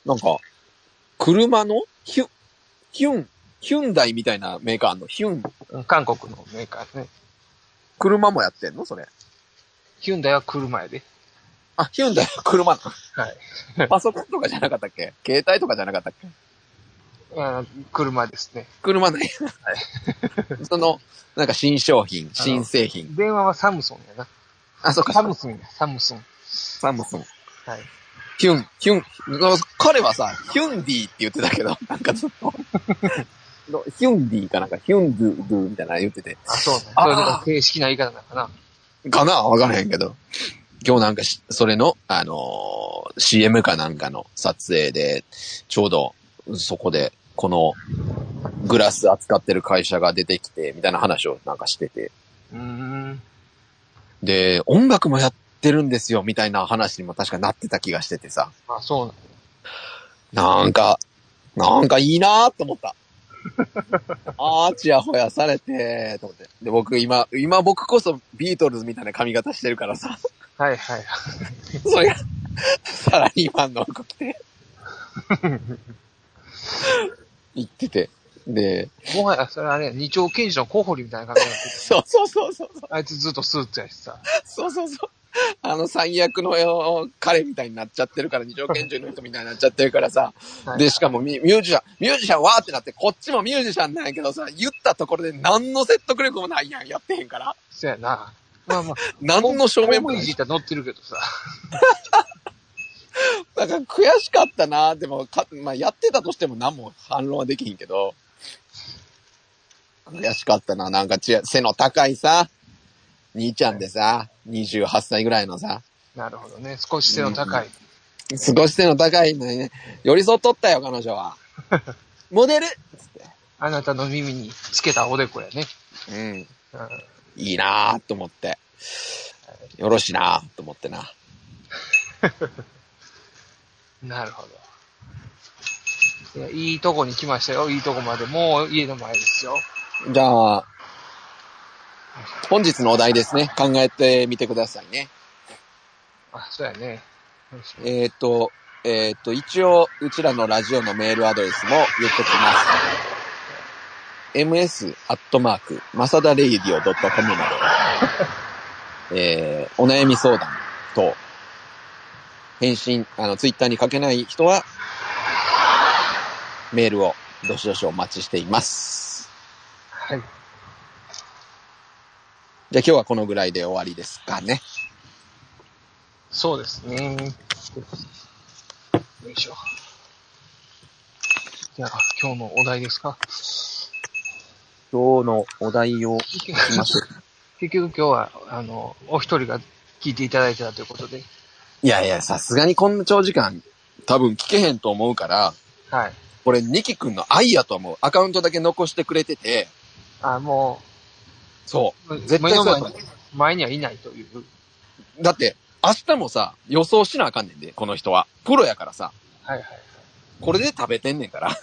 なんか、車のヒュ、ヒュン、ヒュンダイみたいなメーカーのヒュン、
うん韓国のメーカーね。
車もやってんのそれ。
ヒュンダイは車やで。
あ、ヒュンダイは車な
はい。
のパソコンとかじゃなかったっけ携帯とかじゃなかったっけ
あ車ですね。
車ね。その、なんか新商品、新製品。
電話はサムソンやな。
あ、そうか、
サムスンや、サムスン。
サムソン。
はい。
ヒュン、ヒュン、彼はさ、ヒュンディって言ってたけど、なんかずっ と、ヒュンディかなんか、ヒュンドゥドゥみたいなの言ってて、
あ、そうね。
あー
そういうのが正式な言い方なのかな。
かなわからへんけど。今日なんかし、それの、あのー CM かなんかの撮影で、ちょうど、そこで、この、グラス扱ってる会社が出てきて、みたいな話をなんかしてて、
うーん。
で、音楽もやってるんですよ、みたいな話にも確かなってた気がしててさ。
あ、そうなん
なんか、なんかいいなーって思った。 あー、ちやほやされてー、と思って。で、僕今、今僕こそビートルズみたいな髪型してるからさ、
はいはい。
それが、サラリーマンの服着て、言ってて。で、
もはや、それあれや、二丁拳士のコウホリみたいな感じになってる。
そうそうそうそう、
あいつずっとスーツやしさ。
そうそうそう。あの最悪の彼みたいになっちゃってるから、二条拳銃の人みたいになっちゃってるからさ、
はい
で、しかもミミュージシャン、ミュージシャンわーってなって、こっちもミュージシャンなんやけどさ、言ったところで何の説得力もないやん、やってへんから。
そやな。まあまあ。
何の証明
ホ
も
ー
な
ムイ
い。
たら乗ってるけどさ。
だから悔しかったな、でもか、まあ、やってたとしても何も反論はできへんけど、悔しかったな、なんかちや背の高いさ、兄ちゃんでさ、28歳ぐらいのさ、
なるほどね。少し背の高い。
過ごし背の高いのにね、寄り添っとったよ、彼女は。モデル
あなたの耳につけたおでこやね。
うん。
うん
いいなぁと思って。よろしいなぁと思ってな。
なるほど。いやいいとこに来ましたよ。いいとこまで。もう家の前ですよ。
じゃあ、本日のお題ですね。考えてみてくださいね。
あ、そうやね。
えーっと、えーっと、一応、うちらのラジオのメールアドレスも言っときます。ms, アットマーク、まさだれいりお .com まで、 えー、お悩み相談と、返信、あの、ツイッターに書けない人は、メールを、どしどしお待ちしています。
はい。
じゃあ今日はこのぐらいで終わりですかね。
そうですね。よいしょ。じゃあ、今日のお題ですか
今日のお題を、
結
しましょう
局結局今日は、あの、お一人が聞いていただいてたということで。
いやいや、さすがにこんな長時間、多分聞けへんと思うから、
はい。
これ、ニキ君の愛やと思う。アカウントだけ残してくれてて、
あ、も、
そうう。絶対そうやと
目の
思
前に前にはいないという。
う。だって、明日もさ、予想しなあかんねんで、この人は。プロやからさ、
はいはい。
これで食べてんねんから。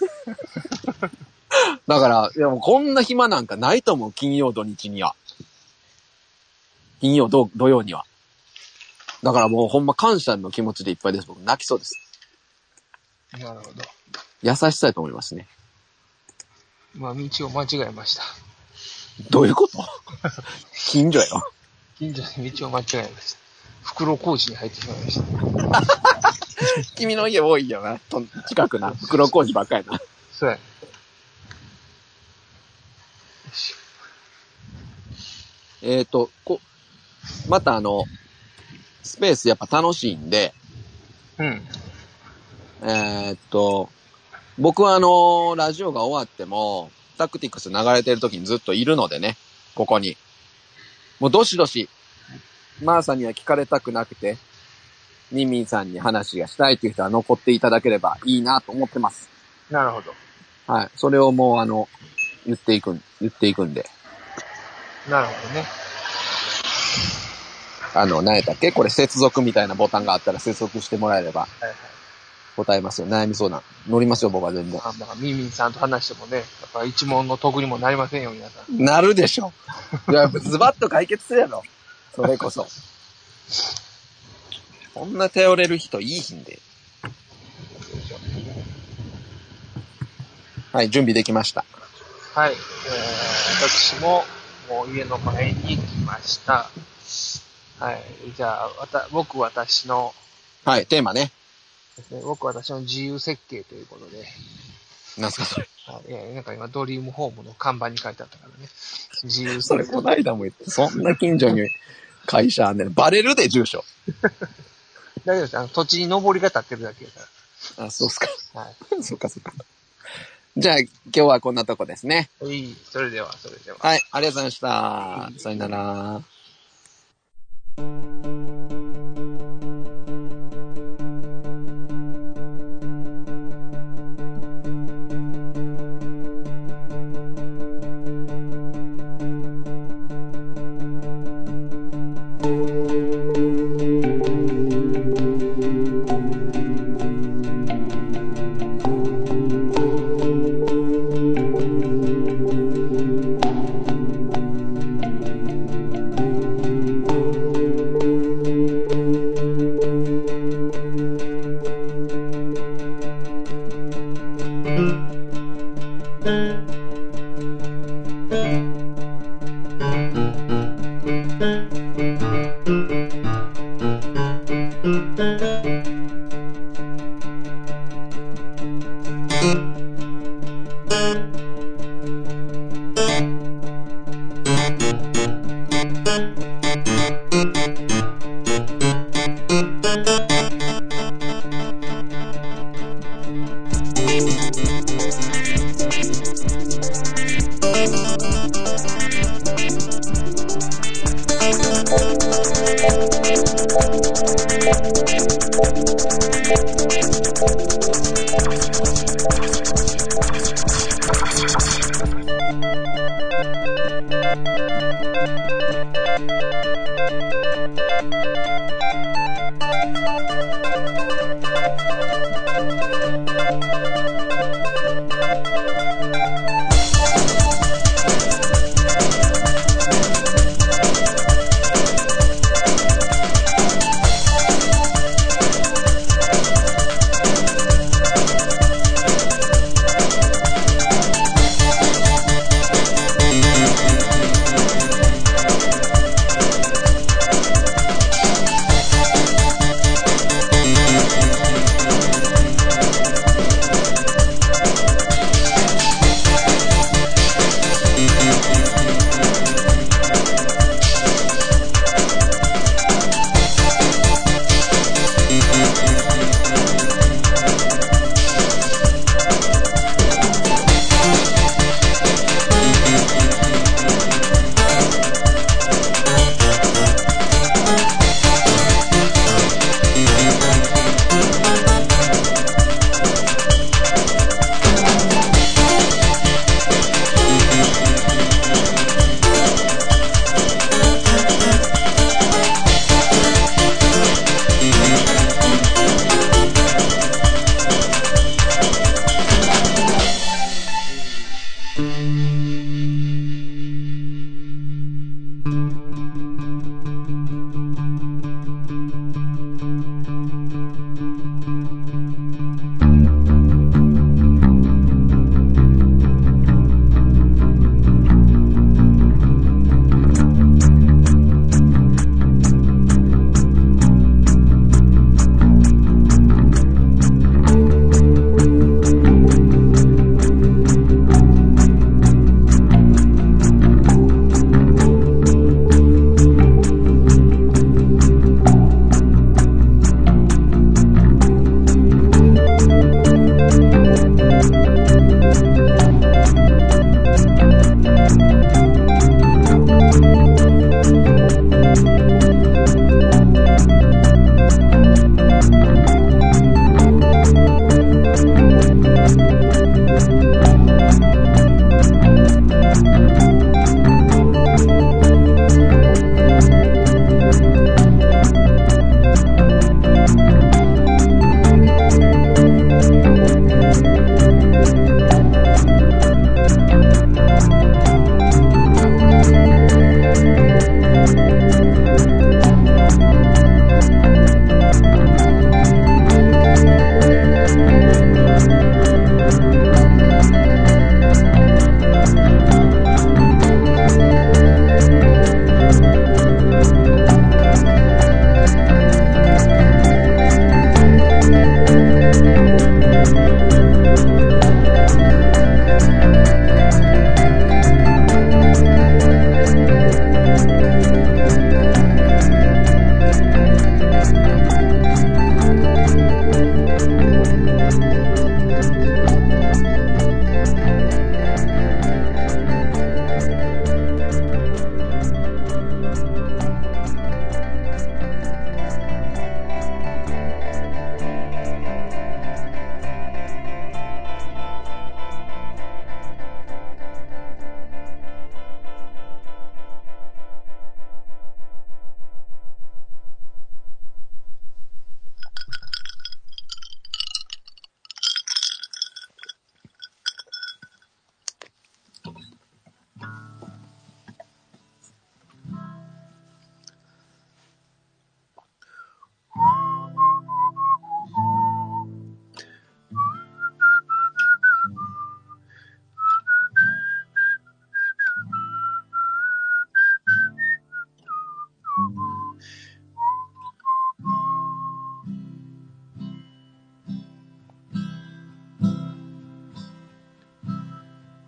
だから、いやもうこんな暇なんかないと思う。金曜土日には。金曜土土曜には。だからもうほんま感謝の気持ちでいっぱいです。僕泣きそうです。
なるほど。
優しさやと思いますね。
まあ、道を間違えました。
どういうこと 近所やろ。
近所に道を間違えました。袋小路に入ってしまいました。
君の家多いよな。と近くな。袋工事ばっかりな。
そうや。よいし
えっ、と、こ、またあの、スペースやっぱ楽しいんで、
ょうん。
えっ、と、僕はあの、ラジオが終わっても、タクティクス流れてる時にずっといるのでね、ここに。もうどしどし、マーさんには聞かれたくなくて、ミンミンさんに話がしたいという人は残っていただければいいなと思ってます。
なるほど。
はい。それをもうあの、言っていくん、言っていくんで。
なるほどね。
あの、何やったっけこれ接続みたいなボタンがあったら接続してもらえれば
はいはい。
答えますよ。悩み相談。乗りますよ、僕は全然。
まあ、まあ、ミンミンさんと話してもね、やっぱ一問の得にもなりませんよ、皆さん。
なるでしょ。いや、ズバッと解決するやろ。それこそ。こんな頼れる人いいひんで。はい、準備できました。
はい、えー、私も、もう家の前に来ました。はい、じゃあ、わた、僕私の、
はい、テーマね。
ですね僕私の自由設計ということで、
なんすかそれ。
あいやなんか今ドリームホームの看板に書いてあったからね。自由設
それこないだも言って、そんな近所に会社あんねん。バレるで、住所。
大丈夫です。あの、土地に登りが立ってるだけだか
あ、そうっすか。
ら。はい。
そっかそっか。じゃあ、今日はこんなとこですね。
はい、それでは、それでは。
はい、ありがとうございました。さよなら。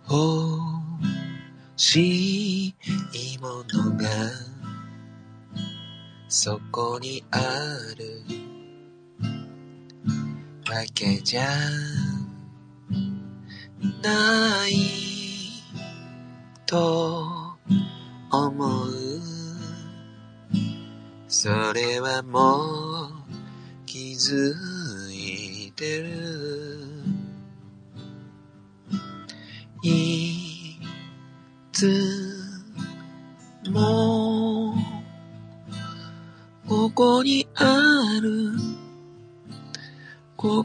欲しいものがそこにあるわけじゃないと思うそれはもう気づいてるいつもここにあ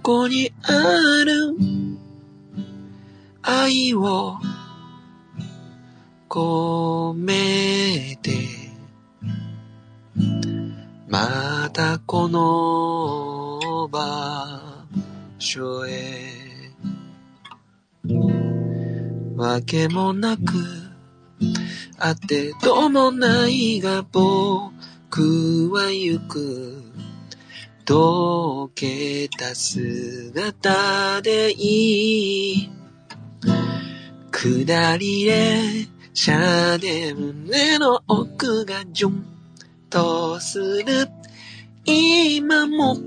こにある愛を込めてまたこの場所へわけもなくあってどうもないが僕は行く溶けた姿でいい下り列車で胸の奥がジョンとする今も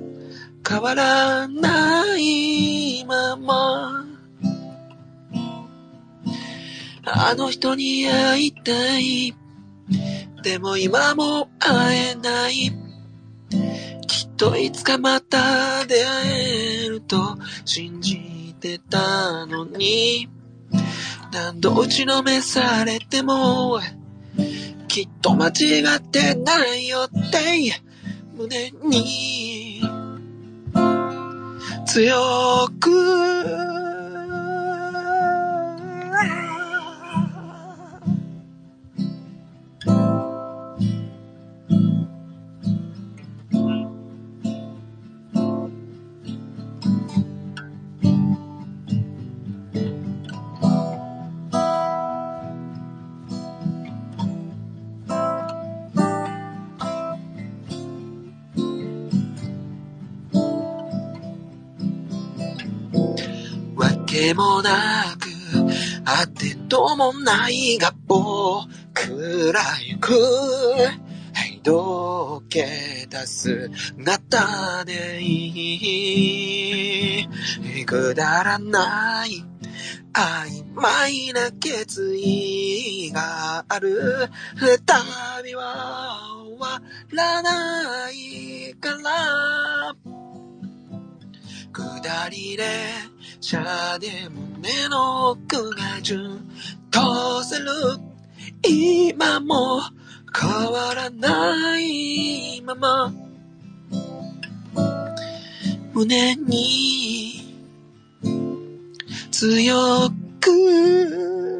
変わらないままあの人に会いたいでも今も会えないきっといつかまた出会えると信じてたのに何度打ちのめされてもきっと間違ってないよって胸に強くわけもなくあってどうもないが僕ら行くはいどけ出す姿でいいくだらない曖昧な決意がある旅は終わらないから下りで車で胸の奥がじゅんとする今も変わらないまま胸に強く